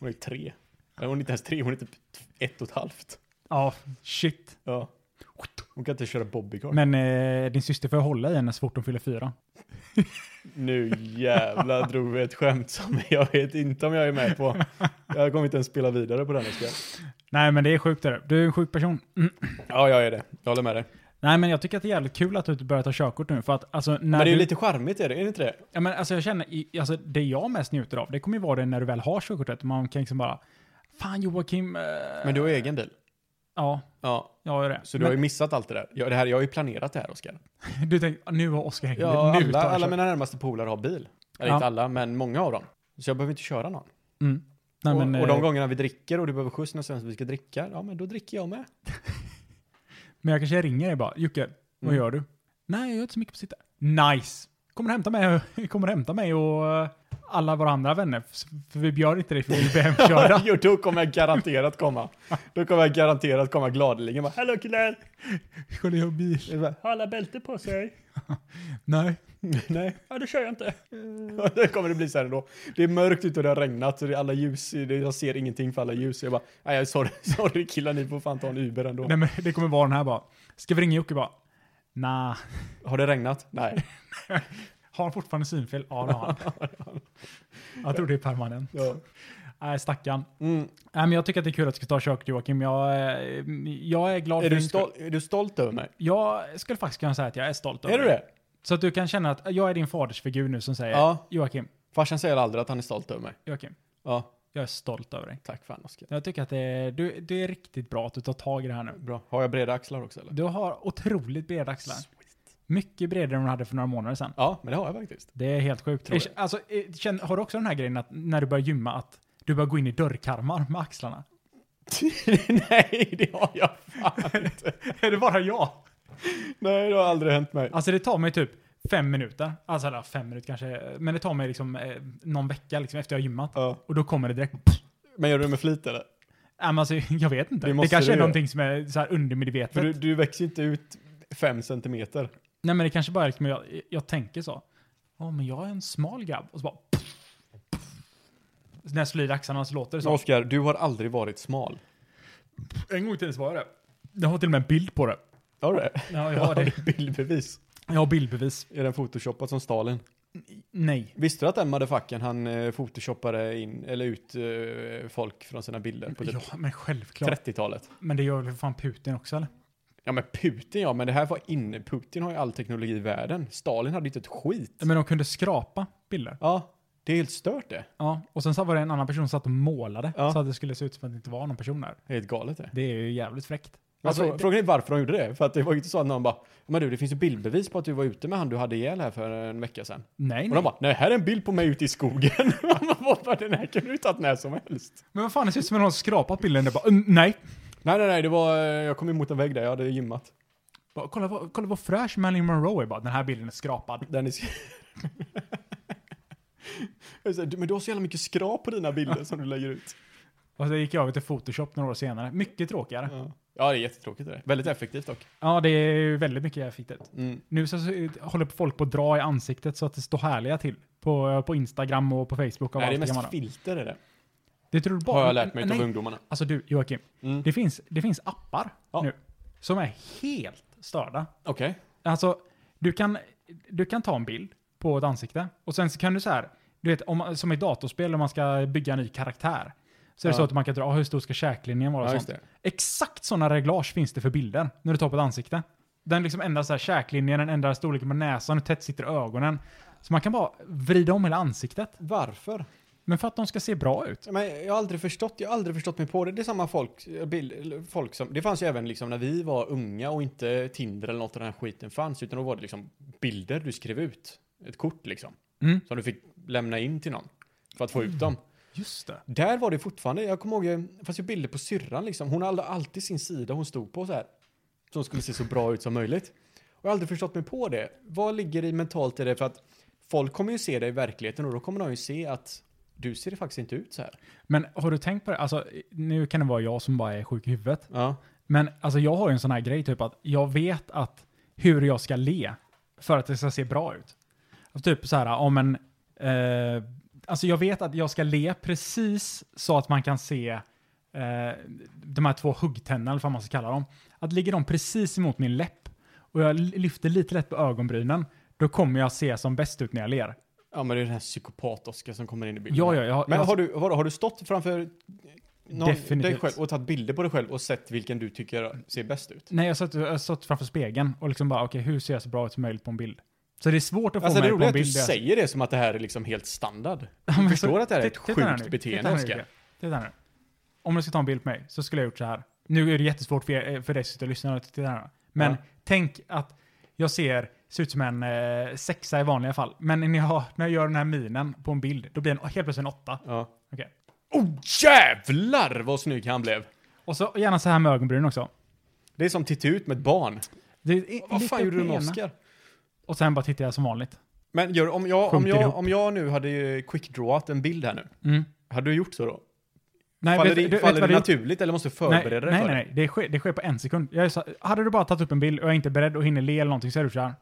Speaker 3: Hon är tre. Eller hon är inte ens tre, hon är typ ett och ett halvt.
Speaker 1: ja, shit.
Speaker 3: Ja. Hon kan inte köra bobbycar.
Speaker 1: Men eh, din syster får ju hålla i henne så fort hon fyller fyra.
Speaker 3: Nu jävlar drog vi ett skämt som jag vet inte om jag är med på. Jag kommer inte ens spela vidare på den här spel.
Speaker 1: Nej, men det är sjukt det där. Du är en sjuk person. Mm.
Speaker 3: Ja, jag är det. Jag håller med dig.
Speaker 1: Nej, men jag tycker att det är jävligt kul att du börjar ta körkort nu. För att alltså, när
Speaker 3: Men det är ju
Speaker 1: du,
Speaker 3: lite charmigt, är det, är det inte det?
Speaker 1: ja, men, alltså jag känner, i- alltså, det jag mest njuter av, det kommer ju vara det när du väl har körkortet. Man kan liksom bara, Fan Joakim. eh,
Speaker 3: Men du har ju egen bil.
Speaker 1: Ja,
Speaker 3: Ja,
Speaker 1: jag har ju det.
Speaker 3: så du har ju missat allt det där. Jag, det här, jag har ju planerat det här, Oskar.
Speaker 1: Men du tänker, nu har Oskar hängt
Speaker 3: Ja,
Speaker 1: nu
Speaker 3: alla,
Speaker 1: tar jag
Speaker 3: alla
Speaker 1: kör.
Speaker 3: mina närmaste polare har bil. Eller
Speaker 1: Ja.
Speaker 3: inte alla, men många av dem. Så jag behöver inte köra någon.
Speaker 1: Mm. Nej, men,
Speaker 3: och, och de
Speaker 1: eh,
Speaker 3: gångerna vi dricker och du behöver skjuts någonstans vi ska dricka, ja men då dricker jag med.
Speaker 1: men jag kanske ringer dig bara. Jocke, vad
Speaker 3: Mm.
Speaker 1: gör du? Nej, jag gör inte så mycket på sitta. Nice! Kommer hämta mig, kommer hämta mig och eh, alla våra andra vänner. För vi bjöd inte dig för vi blev hemkörda.
Speaker 3: jo, då kommer jag garanterat komma. Då kommer jag garanterat komma gladeligen. Bara, Hallå killar!
Speaker 1: Skulle jag ha bil?
Speaker 3: Jag bara,
Speaker 4: Har alla bälte på sig?
Speaker 1: Nej. Eh.
Speaker 3: Nej,
Speaker 4: Ja, då kör jag inte.
Speaker 3: Och då kommer det bli så här ändå. Det är mörkt ute och det har regnat så det är alla ljus, det- jag ser ingenting för alla ljus. Jag bara, nej jag är sorry, sorry killar, ni får fan ta en Uber ändå.
Speaker 1: Nej men det kommer vara den här bara. Ska vi ringa Jocke bara? Nah.
Speaker 3: Har det regnat? Nej.
Speaker 1: Har han fortfarande synfel? Ja det har han. Jag tror det är permanent.
Speaker 3: Ja.
Speaker 1: Nej stackarn.
Speaker 3: Mm.
Speaker 1: Nej men jag tycker att det är kul att du ska ta körkort Joakim. Jag, eh, jag är glad
Speaker 3: Är,
Speaker 1: för
Speaker 3: du
Speaker 1: din skull.
Speaker 3: stol- är du stolt över mig? Eh,
Speaker 1: Jag skulle faktiskt kunna säga att jag är stolt över
Speaker 3: Är du det?
Speaker 1: Så att du kan känna att jag är din fadersfigur nu som säger
Speaker 3: Ja.
Speaker 1: Joakim,
Speaker 3: Farsan säger aldrig att han är stolt över mig.
Speaker 1: Joakim,
Speaker 3: Ja,
Speaker 1: jag är stolt över dig.
Speaker 3: tack fan Oskar.
Speaker 1: Jag tycker att det är, du, det är riktigt bra att du tar tag i det här nu.
Speaker 3: Bra. Har jag breda axlar också eller?
Speaker 1: Du har otroligt breda axlar. Mycket bredare än du hade för några månader sedan.
Speaker 3: Ja, men det har jag faktiskt.
Speaker 1: Det är helt sjukt.
Speaker 3: Tror jag.
Speaker 1: Eh, Alltså, eh, känn- har du också den här grejen att när du börjar gymma att du börjar gå in i dörrkarmar med axlarna?
Speaker 3: Nej, det har jag fan inte.
Speaker 1: är det bara jag?
Speaker 3: Nej, det har aldrig hänt mig.
Speaker 1: Alltså det tar mig typ fem minuter. Alltså eller fem minuter kanske. eh, Men det tar mig liksom eh, någon vecka liksom efter jag har gymmat.
Speaker 3: Ja.
Speaker 1: Och då kommer det direkt.
Speaker 3: Men gör du det med flit eller?
Speaker 1: Äh, men alltså, jag vet inte.
Speaker 3: Det
Speaker 1: Det,
Speaker 3: måste
Speaker 1: kanske
Speaker 3: du
Speaker 1: är
Speaker 3: göra.
Speaker 1: någonting som är så här undermedvetet.
Speaker 3: För du, du växer ju inte ut fem centimeter.
Speaker 1: Nej men det kanske bara är liksom, jag, jag tänker så. Ja men jag är en smal grabb. Och så bara... När jag slår i axlarna så låter det så.
Speaker 3: Oskar, du har aldrig varit smal.
Speaker 1: En gång i tiden så var jag det. Jag har till och med en bild på det.
Speaker 3: Har du det?
Speaker 1: Ja, jag har det.
Speaker 3: Bildbevis.
Speaker 1: Jag har bildbevis.
Speaker 3: Är den photoshoppad som Stalin?
Speaker 1: Nej.
Speaker 3: Visste du att den motherfuckern han eh, photoshoppade in, eller ut eh, folk från sina bilder på typ
Speaker 1: Ja, men självklart.
Speaker 3: 30-talet?
Speaker 1: Men det gör väl för fan Putin också eller?
Speaker 3: Ja men Putin ja, men det här var inne. Putin har ju all teknologi i världen. Stalin hade ju inte ett skit.
Speaker 1: Men de kunde skrapa bilder.
Speaker 3: Ja, det är helt stört det.
Speaker 1: Ja, och sen så var det en annan person som satt och målade
Speaker 3: Ja.
Speaker 1: så att det skulle se ut som att det inte var någon person där.
Speaker 3: Det är helt galet det.
Speaker 1: Det är ju jävligt fräckt.
Speaker 3: Alltså,
Speaker 1: Alltså, det-
Speaker 3: frågan är varför de gjorde det. För att det var ju inte så att någon bara, men du det finns ju bildbevis på att du var ute med han du hade ihjäl här för en vecka sedan.
Speaker 1: Nej,
Speaker 3: Och
Speaker 1: nej.
Speaker 3: de bara, nej här är en bild på mig ute i skogen. Man bara, "Vad, den här kan du ju tagit när som helst.
Speaker 1: Men vad fan, det ser ut som att någon har skrapat bilden. Det bara, "Mm, nej.
Speaker 3: Nej nej nej, det var, eh, jag kom emot en vägg där, jag hade gymmat.
Speaker 1: Bara, kolla, vad, kolla vad fräsch Marilyn Monroe är bara. Den här bilden är skrapad.
Speaker 3: Den är... Jag säger, "Du, men du har så jävla mycket skrap på dina bilder som du lägger ut.
Speaker 1: Och så gick jag över till Photoshop några år senare. Mycket tråkigare. Ja,
Speaker 3: Ja, ja det är jättetråkigt det där. Väldigt effektivt dock.
Speaker 1: det är ju väldigt mycket effektivt.
Speaker 3: Mm.
Speaker 1: Nu så, så håller folk på att dra i ansiktet så att det står härliga till. På, på Instagram och på Facebook och
Speaker 3: Nej, det är
Speaker 1: allt det
Speaker 3: mest
Speaker 1: gamla.
Speaker 3: filter är det.
Speaker 1: Det tror du bara...
Speaker 3: Har jag lärt mig
Speaker 1: Nej,
Speaker 3: av ungdomarna.
Speaker 1: Alltså du, Joakim.
Speaker 3: Mm.
Speaker 1: Det, finns, det finns appar
Speaker 3: Ja.
Speaker 1: nu som är helt störda.
Speaker 3: Okej.
Speaker 1: Alltså, du kan, du kan ta en bild på ett ansikte och sen så kan du så här, du vet, om, som i datorspel om man ska bygga en ny karaktär. Så är det
Speaker 3: Ja.
Speaker 1: så att man kan dra, "Ah, hur stor ska käklinjen vara och
Speaker 3: Ja, just
Speaker 1: sånt.
Speaker 3: det.
Speaker 1: Exakt sådana reglage finns det för bilden när du tar på ett ansikte. Den liksom ändrar så här käklinjen, den ändrar storleken på näsan, hur tätt sitter ögonen. Så man kan bara vrida om hela ansiktet.
Speaker 3: Varför?
Speaker 1: Men för att de ska se bra ut.
Speaker 3: Men jag har aldrig förstått, jag har aldrig förstått mig på det. Det är samma folk, bild, eller folk som, det fanns ju även liksom när vi var unga och inte Tinder eller något av den här skiten fanns, utan då var det liksom bilder du skrev ut. Ett kort liksom,
Speaker 1: Mm.
Speaker 3: som du fick lämna in till någon för att få ut dem.
Speaker 1: Just det.
Speaker 3: Där var det fortfarande, jag kommer ihåg, eh, det fanns ju bilder på syrran liksom, hon hade alltid sin sida hon stod på så här, som skulle se så bra ut som möjligt. Och jag har aldrig förstått mig på det. Vad ligger i mentalt i det? För att folk kommer ju se dig i verkligheten och då kommer de ju se att du ser faktiskt inte ut så här.
Speaker 1: Men har du tänkt på det? Alltså, nu kan det vara jag som bara är sjuk i huvudet.
Speaker 3: Ja.
Speaker 1: Men alltså jag har ju en sån här grej typ att jag vet att hur jag ska le för att det ska se bra ut. Alltså, typ så här, om en... Eh, alltså jag vet att jag ska le precis så att man kan se eh, de här två huggtänderna, eller vad man ska kalla dem. Att ligger de precis emot min läpp och jag lyfter lite lätt på ögonbrynen, då kommer jag se som bäst ut när jag ler.
Speaker 3: Ja men det är den här psykopat Oskar som kommer in i bilden.
Speaker 1: Ja, ja, jag,
Speaker 3: Men
Speaker 1: jag,
Speaker 3: har du, vadå, har du stått framför någon, dig
Speaker 1: Definitivt.
Speaker 3: själv och tagit bilder på dig själv och sett vilken du tycker ser bäst ut?
Speaker 1: Nej, jag satt, jag satt framför spegeln och liksom bara, okej, hur ser jag så bra ut som möjligt på en bild? Så det är svårt att få
Speaker 3: Alltså det
Speaker 1: mig på
Speaker 3: roliga är
Speaker 1: en
Speaker 3: att du
Speaker 1: bild. där jag-
Speaker 3: säger det som att det här är liksom helt standard.
Speaker 1: men
Speaker 3: Du förstår
Speaker 1: så-
Speaker 3: att det här är ett
Speaker 1: Titta här nu.
Speaker 3: sjukt beteende
Speaker 1: Titta här nu,
Speaker 3: Oskar.
Speaker 1: Jocke. Titta här nu. om du ska ta en bild på mig så skulle jag gjort så här. Nu är det jättesvårt för, er, eh, för dig som sitter och lyssnar och tittar här. Men
Speaker 3: Ja.
Speaker 1: tänk att jag ser, ser ut som en eh, sexa i vanliga fall. Men när jag, när jag gör den här minen på en bild, då blir den helt plötsligt en åtta.
Speaker 3: Ja.
Speaker 1: Okej.
Speaker 3: Oh jävlar vad snygg han blev!
Speaker 1: Och så gärna så här med ögonbrynen också.
Speaker 3: Det är som titta ut med ett barn.
Speaker 1: Det är
Speaker 3: Vad
Speaker 1: lite
Speaker 3: fan
Speaker 1: upp
Speaker 3: gjorde du med
Speaker 1: ena.
Speaker 3: Oscar?
Speaker 1: Och sen bara tittar jag som vanligt.
Speaker 3: Men gör, om, jag, om,
Speaker 1: Sjunker
Speaker 3: jag,
Speaker 1: ihop.
Speaker 3: om jag nu hade ju quickdrawat en bild här nu,
Speaker 1: Mm.
Speaker 3: hade du gjort så då?
Speaker 1: Nej,
Speaker 3: faller
Speaker 1: vet-
Speaker 3: det,
Speaker 1: du- vet
Speaker 3: faller
Speaker 1: vad
Speaker 3: det
Speaker 1: det-
Speaker 3: naturligt eller måste du
Speaker 1: Nej,
Speaker 3: förbereda dig
Speaker 1: nej,
Speaker 3: för
Speaker 1: nej, nej. Det sker, det sker på en sekund. Jag är så, hade du bara tagit upp en bild och jag är inte beredd och hinner le eller någonting så är du så här.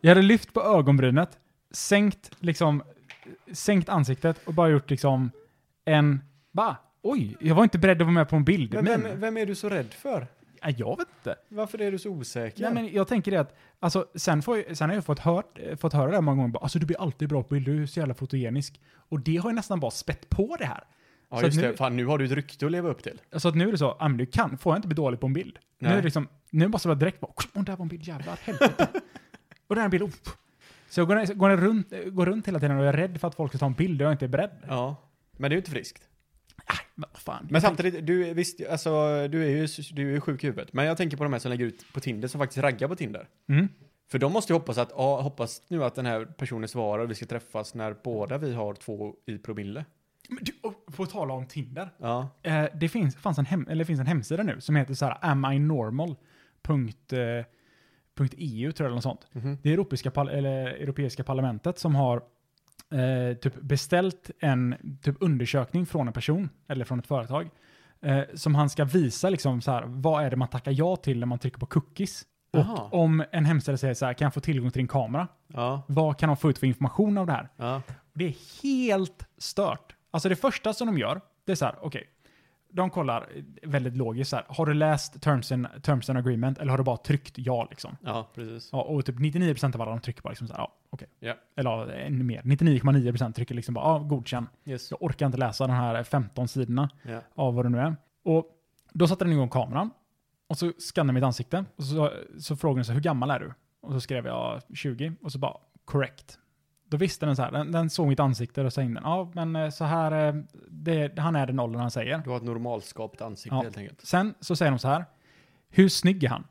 Speaker 1: jag hade lyft på ögonbrynet, sänkt, liksom, sänkt ansiktet och bara gjort liksom en... Bara, oj, jag var inte beredd att vara med på en bild. Men,
Speaker 3: det? Men vem, vem är du så rädd för?
Speaker 1: Nej, jag vet inte.
Speaker 3: Varför är du så osäker?
Speaker 1: Nej, men jag tänker det att, alltså, sen, får, jag- sen har jag fått, hört, eh, fått höra det här många gånger. Bara, alltså, du blir alltid bra på bild, du är så jävla fotogenisk. Och det har ju nästan bara spett på det här.
Speaker 3: ja,
Speaker 1: så
Speaker 3: just
Speaker 1: att
Speaker 3: det.
Speaker 1: nu-
Speaker 3: Fan, nu har du ett rykte att leva upp till.
Speaker 1: Så att nu är det så, ah, men du kan, får jag inte bli dålig på en bild?
Speaker 3: Nej.
Speaker 1: Nu är det liksom, nu måste jag direkt bara, och där var en bild, jävlar, helvete. och där är en bild, upp. Så jag går, går, runt, går runt hela tiden och jag är rädd för att folk ska ta en bild och jag inte är beredd.
Speaker 3: Ja. Men det är ju inte friskt.
Speaker 1: Men vad fan.
Speaker 3: Men samtidigt, du, visst, alltså, du, är ju, du är ju sjuk i huvudet. Men jag tänker på de här som lägger ut på Tinder, som faktiskt raggar på Tinder.
Speaker 1: Mm.
Speaker 3: För de måste ju hoppas att, ja, hoppas nu att den här personen svarar och vi ska träffas när båda vi har två i promille.
Speaker 1: Men du, och på att tala om Tinder.
Speaker 3: Ja.
Speaker 1: Eh, det finns, fanns en hem, eller det finns en hemsida nu som heter så här aminormal.eu E tror jag eller något sånt.
Speaker 3: Mhm.
Speaker 1: Det europeiska, par- eller europeiska parlamentet som har eh, typ beställt en typ undersökning från en person eller från ett företag eh, som han ska visa liksom så här, vad är det man tackar ja till när man trycker på cookies.
Speaker 3: Jaha.
Speaker 1: Och om en hemsida säger så här, kan jag få tillgång till din kamera?
Speaker 3: Ja.
Speaker 1: Vad kan de få ut för information av det här?
Speaker 3: Ja.
Speaker 1: Det är helt stört. Alltså det första som de gör, det är så här, okej. de kollar eh, väldigt logiskt så här, har du läst Terms and, terms and Agreement eller har du bara tryckt ja liksom?
Speaker 3: Ja, precis.
Speaker 1: Ja, och typ 99% av alla de trycker bara liksom så här, ja, okej.
Speaker 3: Ja.
Speaker 1: Eller ja, ännu mer, 99,9% trycker liksom bara, ja, godkänn.
Speaker 3: Yes.
Speaker 1: Jag orkar inte läsa de här 15 sidorna
Speaker 3: Ja.
Speaker 1: av vad det nu är. Och då satte den igång kameran och så skannade den mitt ansikte och så, så frågade den så här, hur gammal är du? Och så skrev jag 20 och så bara correct. Då visste den så här, den, den såg mitt ansikte och sa in den, ja men eh, så här, eh, det, han är den åldern han säger.
Speaker 3: Du har ett normalskapt ansikte
Speaker 1: Ja.
Speaker 3: helt enkelt.
Speaker 1: Sen så säger de så här, hur snygg är han?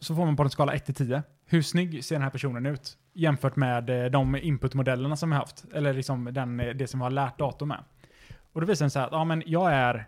Speaker 1: Så får man på en skala 1 till 10, hur snygg ser den här personen ut? Jämfört med eh, de inputmodellerna som vi har haft, eller liksom den, eh, det som vi har lärt datorn med. Och då visar den så här att, ja men jag är,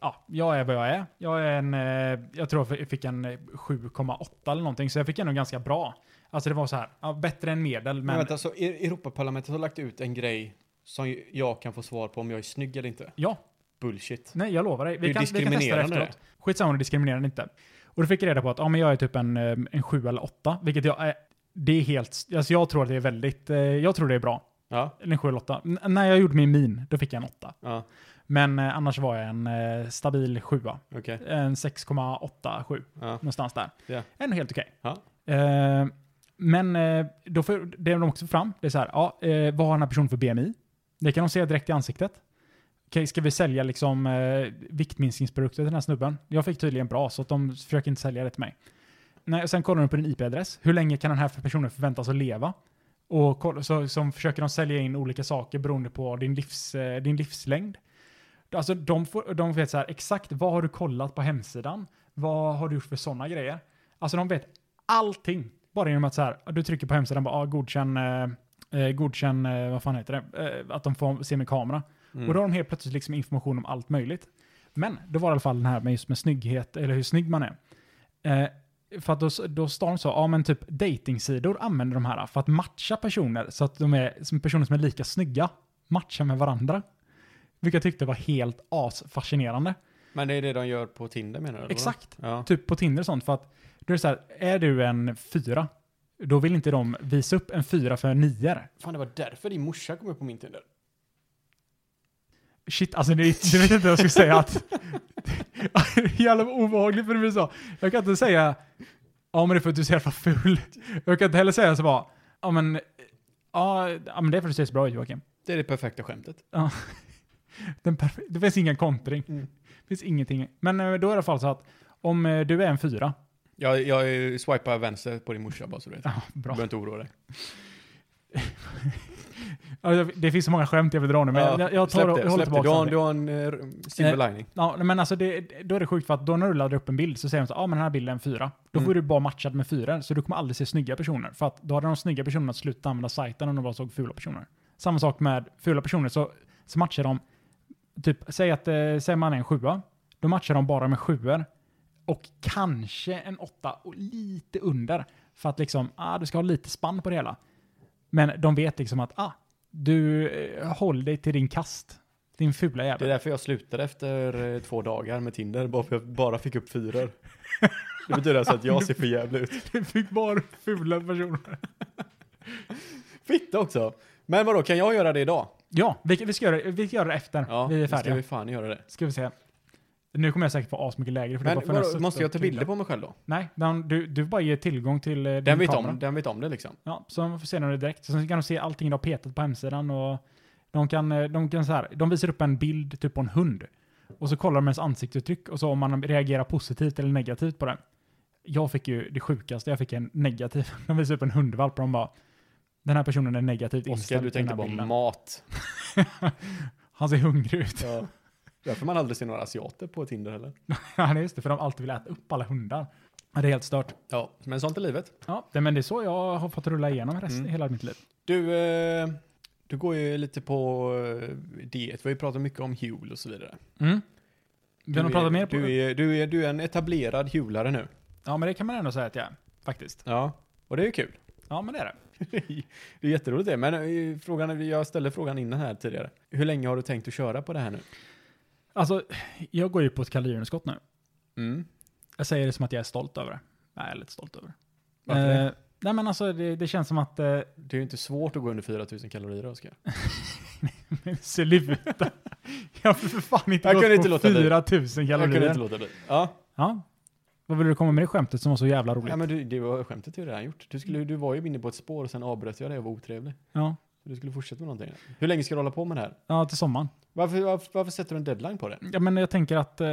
Speaker 1: ja, jag är vad jag är. Jag är en, eh, jag tror jag fick en eh, 7,8 eller någonting, så jag fick ändå ganska bra. Alltså det var så här, ja, bättre än medel,
Speaker 3: Men
Speaker 1: men
Speaker 3: vänta, så E- Europaparlamentet har lagt ut en grej som ju- jag kan få svar på om jag är snygg eller inte.
Speaker 1: ja,
Speaker 3: Bullshit.
Speaker 1: Nej, jag lovar dig.
Speaker 3: Det är
Speaker 1: Vi,
Speaker 3: ju
Speaker 1: kan, vi kan testa det
Speaker 3: diskriminerande
Speaker 1: efteråt. Skitsamma, det diskriminerar inte. Och då fick jag reda på att ja, men jag är typ en, eh, en 7 eller 8, vilket jag är. Det är helt, alltså jag tror att det är väldigt, eh, jag tror det är bra.
Speaker 3: Ja.
Speaker 1: Eller en 7 eller 8. N- när jag gjorde min min, då fick jag en 8.
Speaker 3: Ja,
Speaker 1: Men eh, annars var jag en eh, stabil 7
Speaker 3: okej.
Speaker 1: En 6,87
Speaker 3: Ja.
Speaker 1: någonstans där.
Speaker 3: Ja.
Speaker 1: Ändå helt okej.
Speaker 3: Ja.
Speaker 1: Eh, men eh, då får, det de också fram, det är så här, ja, eh, vad har den här personen för BMI? Det kan de se direkt i ansiktet. Okej, ska vi sälja liksom eh, viktminskningsprodukter till den här snubben? Jag fick tydligen bra, så att de försöker inte sälja det till mig. Nej, och sen kollar de på din IP-adress. Hur länge kan den här personen förväntas att leva? Och koll- så, så försöker de sälja in olika saker beroende på din, livs, eh, din livslängd. Alltså de, får, de vet så här, exakt vad har du kollat på hemsidan? Vad har du gjort för sådana grejer? Alltså de vet allting. Bara genom att så här, du trycker på hemsidan bara ah, godkänn, eh, eh, godkänn eh, vad fan heter det? Eh, att de får se med kamera.
Speaker 3: Mm.
Speaker 1: Och då har de helt plötsligt liksom information om allt möjligt. Men då var det i alla fall den här med just med snygghet, eller hur snygg man är. Eh, för att då, då står de så, ja men typ datingsidor använder de här för att matcha personer så att de är, som personer som är lika snygga matchar med varandra. Vilket jag tyckte var helt asfascinerande.
Speaker 3: Men det är det de gör på Tinder menar du? eller?
Speaker 1: Exakt.
Speaker 3: Ja.
Speaker 1: Typ på Tinder och sånt för att då är det så här, är du en fyra, då vill inte de visa upp en fyra för en nior.
Speaker 3: Fan, det var därför din morsa kom upp på min Tinder.
Speaker 1: Shit, alltså det, du vet inte vad jag ska säga. Att, jävla obehagligt för det blir så. Jag kan inte säga, ja men det är för att du ser jävla ful. Jag kan inte heller säga så bara, ja men, ja, ja men det är för att du ser så bra ut Joakim.
Speaker 3: Det är det perfekta skämtet.
Speaker 1: Den perf- det finns ingen kontring.
Speaker 3: Mm.
Speaker 1: Det finns ingenting. Men eh, då är det i alla fall så att om eh, du är en fyra,
Speaker 3: Jag, jag swipar vänster på din morsa bara så du vet. Du
Speaker 1: ja, bra.
Speaker 3: behöver inte oroa dig.
Speaker 1: Ja, det- Det finns så många skämt jag vill dra nu, men jag, jag tar
Speaker 3: släpp
Speaker 1: och,
Speaker 3: det,
Speaker 1: jag håller
Speaker 3: släpp det.
Speaker 1: tillbaka.
Speaker 3: Du har,
Speaker 1: samtidigt.
Speaker 3: du har en uh, silver lining.
Speaker 1: Ja, men alltså det, då är det sjukt för att då när du laddar upp en bild så säger de så ja ah, men den här bilden är en fyra. Då
Speaker 3: Mm.
Speaker 1: får du bara matchad med fyra, så du kommer aldrig se snygga personer. För att då hade de snygga personerna slutat använda sajten om de bara såg fula personer. Samma sak med fula personer, så, så matchar de, typ, säg att eh, säg man är en sjua, då matchar de bara med sjuor och kanske en åtta och lite under. För att liksom, ah, du ska ha lite spann på det hela. Men de vet liksom att, ah, du eh, håll dig till din kast. Din fula jävel.
Speaker 3: Det är därför jag slutade efter eh, två dagar med Tinder, bara för att jag bara fick upp fyror. Det betyder alltså att jag ser för jävlig ut.
Speaker 1: Du fick bara fula personer.
Speaker 3: Fitta också! Men vadå, kan jag göra det idag?
Speaker 1: Ja, vi, vi, ska göra, det- vi ska göra det efter vi är
Speaker 3: då ska
Speaker 1: färdiga.
Speaker 3: vi
Speaker 1: Ska
Speaker 3: fan göra det.
Speaker 1: vi, se. Nu kommer jag säkert få asmycket lägre. För det
Speaker 3: Men
Speaker 1: var för
Speaker 3: vadå,
Speaker 1: nästa-
Speaker 3: måste jag ta bilder på mig själv då?
Speaker 1: Nej, den, du, du bara ger tillgång till eh, din
Speaker 3: Den vet,
Speaker 1: kamera.
Speaker 3: om, den vet om det liksom.
Speaker 1: Ja, så de får se den direkt. Sen kan de se allting de har petat på hemsidan och de kan, eh, de kan så här, de visar upp en bild typ på en hund och så kollar de ens ansiktsuttryck och så om man reagerar positivt eller negativt på den. Jag fick ju det sjukaste, jag fick en negativ. De visar upp en hundvalp och de bara den här personen är negativt
Speaker 3: Oskar,
Speaker 1: inställd
Speaker 3: du
Speaker 1: till den
Speaker 3: tänkte
Speaker 1: här
Speaker 3: bara
Speaker 1: bilden.
Speaker 3: mat.
Speaker 1: Han ser hungrig ut.
Speaker 3: Ja. Därför man aldrig ser några asiater på Tinder heller.
Speaker 1: Ja, det är just det, för de alltid vill äta upp alla hundar. Ja, det är helt stört.
Speaker 3: Ja, men sånt är livet.
Speaker 1: Ja, det- men det är så jag har fått rulla igenom resten,
Speaker 3: Mm.
Speaker 1: hela mitt liv.
Speaker 3: Du, eh, du går ju lite på eh, diet. Vi har ju pratat mycket om hjul och så vidare.
Speaker 1: Mm. Vill
Speaker 3: Du
Speaker 1: du prata
Speaker 3: är-
Speaker 1: mer på
Speaker 3: du är, du, är, du är en etablerad hjulare nu.
Speaker 1: Ja, men det kan man ändå säga att jag är, faktiskt.
Speaker 3: Ja. Och det är ju kul.
Speaker 1: Ja, men det är det.
Speaker 3: det är jätteroligt det. Men eh, frågan, är- jag ställde frågan innan här tidigare. Hur länge har du tänkt att köra på det här nu?
Speaker 1: Alltså, jag går ju på ett kaloriunderskott nu.
Speaker 3: Mm.
Speaker 1: Jag säger det som att jag är stolt över det. Nej, jag är lite stolt över det.
Speaker 3: Varför det?
Speaker 1: Eh, nej, men alltså det, det känns som att... Eh,
Speaker 3: Det är ju inte svårt att gå under 4000 kalorier, Oskar.
Speaker 1: sluta. jag har för fan inte
Speaker 3: Jag
Speaker 1: gått
Speaker 3: kunde inte
Speaker 1: på
Speaker 3: låta bli.
Speaker 1: 4000
Speaker 3: Jag kunde inte
Speaker 1: kalorier.
Speaker 3: låta bli. Ja,
Speaker 1: Ja. Vad vill du komma med det skämtet som var så jävla roligt?
Speaker 3: ja men du, det var skämtet har ju redan gjort. Du, skulle, du var ju inne på ett spår och sen avbröt jag dig och var otrevlig.
Speaker 1: ja.
Speaker 3: Du skulle fortsätta med någonting. Hur länge ska du hålla på med det här?
Speaker 1: ja, till sommaren.
Speaker 3: Varför, varför, varför sätter du en deadline på det?
Speaker 1: Ja, men jag tänker att eh,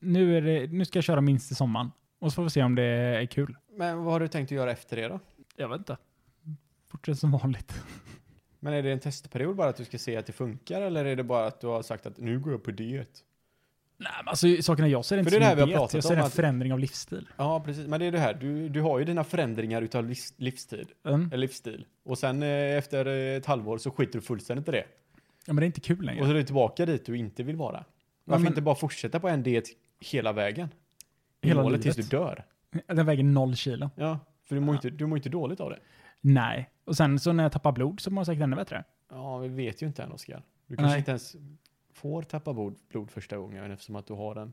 Speaker 1: nu, är det, nu ska jag köra minst till sommaren. Och så får vi se om det är kul.
Speaker 3: Men vad har du tänkt att göra efter det då?
Speaker 1: Jag vet inte. Fortsätt som vanligt.
Speaker 3: Men är det en testperiod bara att du ska se att det funkar eller är det bara att du har sagt att nu går jag på diet?
Speaker 1: Nej, men alltså saken är jag ser det inte
Speaker 3: det
Speaker 1: som
Speaker 3: är det här
Speaker 1: en
Speaker 3: vi har
Speaker 1: diet.
Speaker 3: pratat
Speaker 1: Jag ser
Speaker 3: om,
Speaker 1: en
Speaker 3: att-
Speaker 1: förändring av livsstil.
Speaker 3: Ja, precis. Men det är det här. Du, du har ju dina förändringar utav livs, livstid,
Speaker 1: Mm.
Speaker 3: eller livsstil. Och sen eh, efter eh, ett halvår så skiter du fullständigt i det.
Speaker 1: Ja, men det är inte kul
Speaker 3: Och
Speaker 1: längre.
Speaker 3: så är du tillbaka dit du inte vill vara. Varför
Speaker 1: men-
Speaker 3: inte bara fortsätta på en diet hela vägen?
Speaker 1: Hela
Speaker 3: Målet
Speaker 1: livet.
Speaker 3: tills du dör.
Speaker 1: Den väger noll kilo.
Speaker 3: Ja, för du mår ju inte, du mår inte dåligt av det.
Speaker 1: Nej. Och sen så när jag tappar blod så mår jag säkert ännu bättre.
Speaker 3: Ja, vi vet ju inte än Oskar. Du kanske
Speaker 1: Nej.
Speaker 3: inte ens får tappa blod, blod första gången eftersom att du har en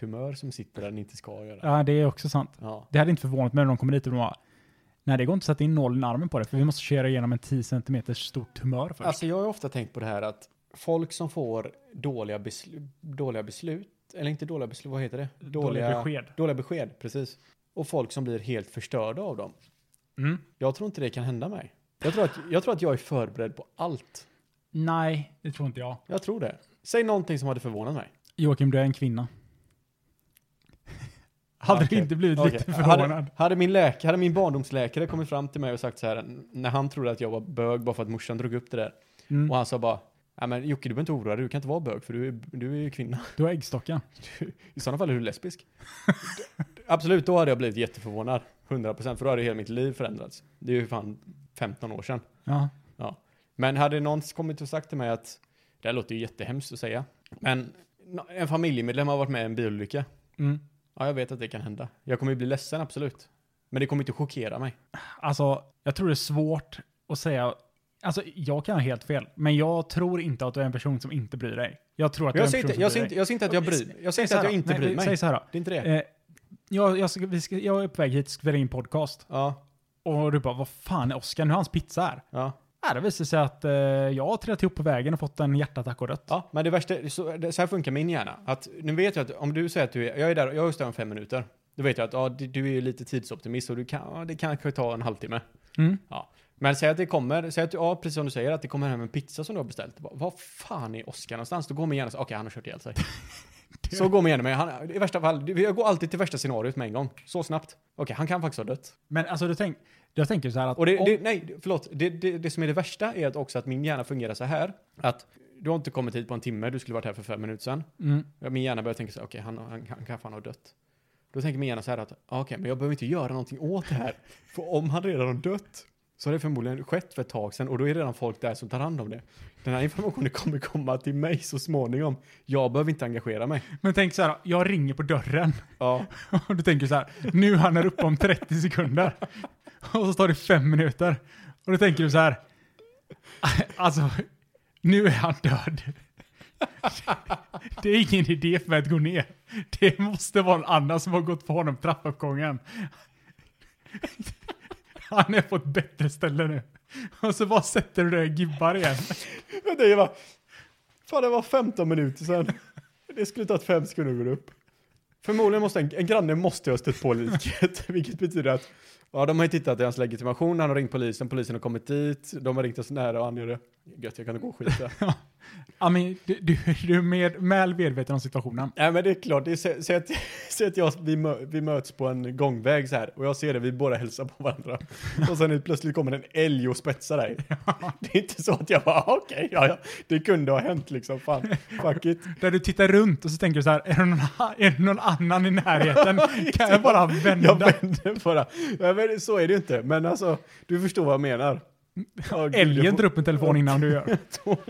Speaker 3: tumör som sitter där den inte ska göra.
Speaker 1: Ja, det är också sant.
Speaker 3: Ja.
Speaker 1: Det hade inte förvånat mig om de kommer dit och de bara, nej det går inte att sätta in nålen i armen på det, för vi måste köra igenom en 10 cm stor tumör först.
Speaker 3: Alltså jag har ju ofta tänkt på det här att folk som får dåliga, beslu- dåliga beslut, eller inte dåliga beslut, vad heter det?
Speaker 1: Dåliga besked.
Speaker 3: Dåliga besked, precis. Och folk som blir helt förstörda av dem.
Speaker 1: Mm.
Speaker 3: Jag tror inte det kan hända mig. Jag tror att jag, tror att jag är förberedd på allt.
Speaker 1: Nej, det tror inte jag.
Speaker 3: Jag tror det. Säg någonting som hade förvånat mig.
Speaker 1: Joakim, du är en kvinna. Hade
Speaker 3: Okej.
Speaker 1: du inte blivit
Speaker 3: Okej.
Speaker 1: lite förvånad?
Speaker 3: Hade, hade, min läk, hade min barndomsläkare kommit fram till mig och sagt så här, n- när han trodde att jag var bög bara för att morsan drog upp det där.
Speaker 1: Mm.
Speaker 3: Och han sa bara, nej men Jocke du behöver inte oroa dig, du kan inte vara bög för du är, du är ju kvinna.
Speaker 1: Du har äggstockar.
Speaker 3: I sådana fall är du lesbisk. D- Absolut, då hade jag blivit jätteförvånad. 100% för då hade hela mitt liv förändrats. Det är ju fan 15 år sedan.
Speaker 1: Ja.
Speaker 3: Men hade någon kommit och sagt till mig att, det här låter ju jättehemskt att säga, men n- en familjemedlem har varit med i en bilolycka.
Speaker 1: Mm.
Speaker 3: Ja, jag vet att det kan hända. Jag kommer ju bli ledsen, absolut. Men det kommer inte chockera mig.
Speaker 1: Alltså, jag tror det är svårt att säga... Alltså, jag kan ha helt fel, men jag tror inte att du är en person som inte bryr dig. Jag tror att du är
Speaker 3: Jag
Speaker 1: en
Speaker 3: säger
Speaker 1: person
Speaker 3: inte,
Speaker 1: som
Speaker 3: jag
Speaker 1: bryr
Speaker 3: säger
Speaker 1: dig.
Speaker 3: inte, jag säger inte att jag bryr mig.
Speaker 1: Nej,
Speaker 3: Jag säger inte att jag inte bryr mig.
Speaker 1: Säg så här då.
Speaker 3: Det är inte det.
Speaker 1: Eh, jag, jag, ska, vi ska, jag är på väg hit och ska spela in podcast.
Speaker 3: Ja,
Speaker 1: Och du bara, vad fan är Oskar? Nu har hans pizza här.
Speaker 3: ja.
Speaker 1: Äh, det visar sig att eh, jag har trillat ihop på vägen och fått en hjärtattack och dött.
Speaker 3: Ja, men det värsta, så, det- så här funkar min hjärna. Att, nu vet jag att om du säger att du är, jag är där, jag är hos dig om fem minuter. Då vet jag att ja, du- du är ju lite tidsoptimist och du kan, ja, det kanske tar en halvtimme.
Speaker 1: Mm.
Speaker 3: Men säg att det kommer, säg att, du- ja precis som du säger, att det kommer hem en pizza som du har beställt. Bara, Vad fan är Oskar någonstans? Då går min hjärna så, okej han har kört ihjäl sig. Så går man igenom mig. Han, I värsta fall, jag går alltid till värsta scenariot med en gång. Så snabbt. Okej, han kan faktiskt ha dött.
Speaker 1: Men alltså, du tänk, jag tänker så här att...
Speaker 3: Och det,
Speaker 1: om-
Speaker 3: det, nej, förlåt. Det, det, det som är det värsta är att också att min hjärna fungerar så här. Att du har inte kommit hit på en timme, du skulle varit här för fem minuter sedan.
Speaker 1: mm,
Speaker 3: Ja, Min hjärna börjar tänka så här, okej, han, han, han kan fan ha dött. Då tänker min hjärna så här att, ah, okej, men jag behöver inte göra någonting åt det här. För om han redan har dött så har det förmodligen skett för ett tag sedan och då är redan folk där som tar hand om det. Den här informationen kommer komma till mig så småningom. Jag behöver inte engagera mig.
Speaker 1: men tänk så här, jag ringer på dörren.
Speaker 3: Ja,
Speaker 1: Och du tänker så här, nu han är uppe om 30 sekunder. Och så tar det fem minuter. Och då tänker du så här, alltså, nu är han död. Det är ingen idé för mig att gå ner. Det måste vara någon annan som har gått på honom trappuppgången. Han är på ett bättre ställe nu. Och så bara sätter du dig och gibbar igen.
Speaker 3: jag tänker bara, fan det var 15 minuter sedan. Det skulle tagit fem sekunder att gå upp. Förmodligen måste en, en granne måste ha stött på liket, vilket betyder att ja, de har ju tittat i hans legitimation, han har ringt polisen, polisen har kommit dit, de har ringt oss nära och han gör det. Gött, jag kan gå och skita.
Speaker 1: Ja, men du, du, du är med, väl medveten om situationen.
Speaker 3: Nej men det är klart, det är, sä- säg att, säg att jag, vi, mö, vi möts på en gångväg så här och jag ser det, vi båda hälsar på varandra. Och sen helt plötsligt kommer en älg och spetsar dig. Det är inte så att jag bara, "Ah, okej, ja, ja, det kunde ha hänt liksom, fan, fuck it.
Speaker 1: Där du tittar runt och så tänker du så här, är det någon, är det någon annan i närheten? kan jag bara vända?
Speaker 3: Jag vänder bara. Ja, men så är det ju inte, men alltså, du förstår vad jag menar. Ja, gud,
Speaker 1: Älgen
Speaker 3: jag
Speaker 1: drar upp en telefon innan du gör.
Speaker 3: får-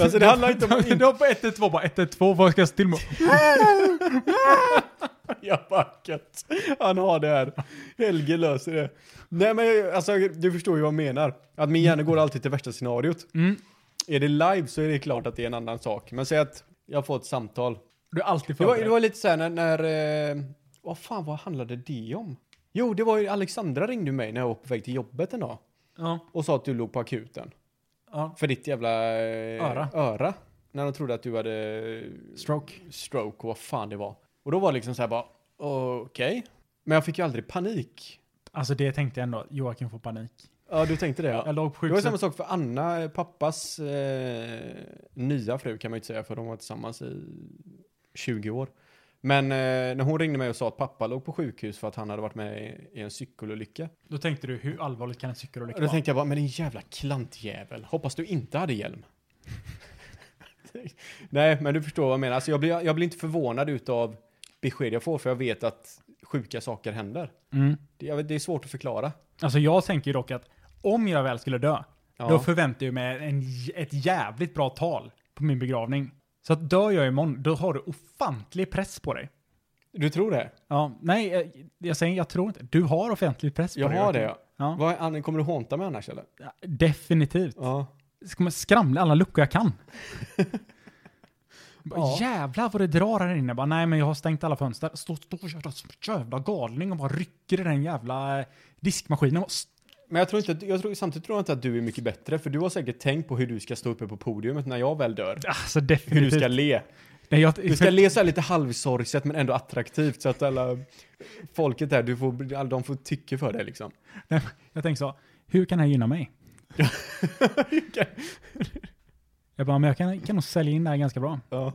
Speaker 3: Alltså det handlar inte om...
Speaker 1: Du har på 112 bara 112, vad ska jag till med?
Speaker 3: Jag backat. Han har det här. Helge löser det. Nej men jag- alltså, du förstår ju vad jag menar. Att min hjärna går alltid till värsta scenariot.
Speaker 1: Mm.
Speaker 3: Är det live så är det klart att det är en annan sak. Men säg att jag får ett samtal.
Speaker 1: Du är alltid
Speaker 3: Det var, det
Speaker 1: förberedd.
Speaker 3: var lite så här när... när eh, vad fan, vad handlade det om? Jo, det var ju Alexandra ringde mig när jag var på väg till jobbet en dag.
Speaker 1: Ja,
Speaker 3: Och sa att du låg på akuten.
Speaker 1: ja.
Speaker 3: För ditt jävla... eh,
Speaker 1: Öra.
Speaker 3: öra. När de trodde att du hade... eh,
Speaker 1: Stroke.
Speaker 3: stroke och vad fan det var. Och då var det liksom så här bara, okej. Men jag fick ju aldrig panik.
Speaker 1: Alltså det tänkte jag ändå, Joakim får panik.
Speaker 3: Ja, du tänkte det.
Speaker 1: Jag låg på
Speaker 3: Det var ju
Speaker 1: sjukhuset.
Speaker 3: samma sak för Anna, pappas eh, nya fru kan man ju inte säga för de var tillsammans i 20 år. Men eh, när hon ringde mig och sa att pappa låg på sjukhus för att han hade varit med i en cykelolycka.
Speaker 1: Då tänkte du, hur allvarligt kan en cykelolycka
Speaker 3: Då
Speaker 1: vara?
Speaker 3: tänkte jag bara, men din jävla klantjävel. Hoppas du inte hade hjälm. Nej, men du förstår vad jag menar. Alltså, jag, blir, jag blir inte förvånad utav besked jag får, för jag vet att sjuka saker händer.
Speaker 1: Mm.
Speaker 3: Det, jag vet, det är svårt att förklara.
Speaker 1: Alltså jag tänker ju dock att om jag väl skulle dö,
Speaker 3: Ja.
Speaker 1: då förväntar jag mig en, j- ett jävligt bra tal på min begravning. Så att dör jag imorgon, då har du ofantlig press på dig.
Speaker 3: Du tror det?
Speaker 1: Ja, nej, jag, jag säger jag tror inte. Du har offentlig press på
Speaker 3: Jag
Speaker 1: dig.
Speaker 3: har det,
Speaker 1: Joakim.
Speaker 3: ja.
Speaker 1: Ja.
Speaker 3: Vad, Ann, kommer du hånta mig annars, eller?
Speaker 1: Ja, Definitivt.
Speaker 3: Ja.
Speaker 1: Ska man skramla alla luckor jag kan? Bara,
Speaker 3: Ja.
Speaker 1: Jävlar vad det drar här inne. Jag Bara, nej, men jag har stängt alla fönster. Står stå, och gör det som en jävla galning och bara rycker i den jävla eh, diskmaskinen. Och s-
Speaker 3: Men jag tror inte, att- jag tror, samtidigt tror jag inte att du är mycket bättre, för du har säkert tänkt på hur du ska stå uppe på podiumet när jag väl dör.
Speaker 1: Alltså
Speaker 3: Hur du
Speaker 1: definitivt.
Speaker 3: ska le.
Speaker 1: nej, jag,
Speaker 3: Du ska le så här lite halvsorgset men ändå attraktivt så att alla folket där, du får, alla de får tycke för dig liksom.
Speaker 1: nej, jag tänker så, hur kan det här gynna mig? Jag bara, men jag kan, kan nog sälja in det här ganska bra.
Speaker 3: Ja.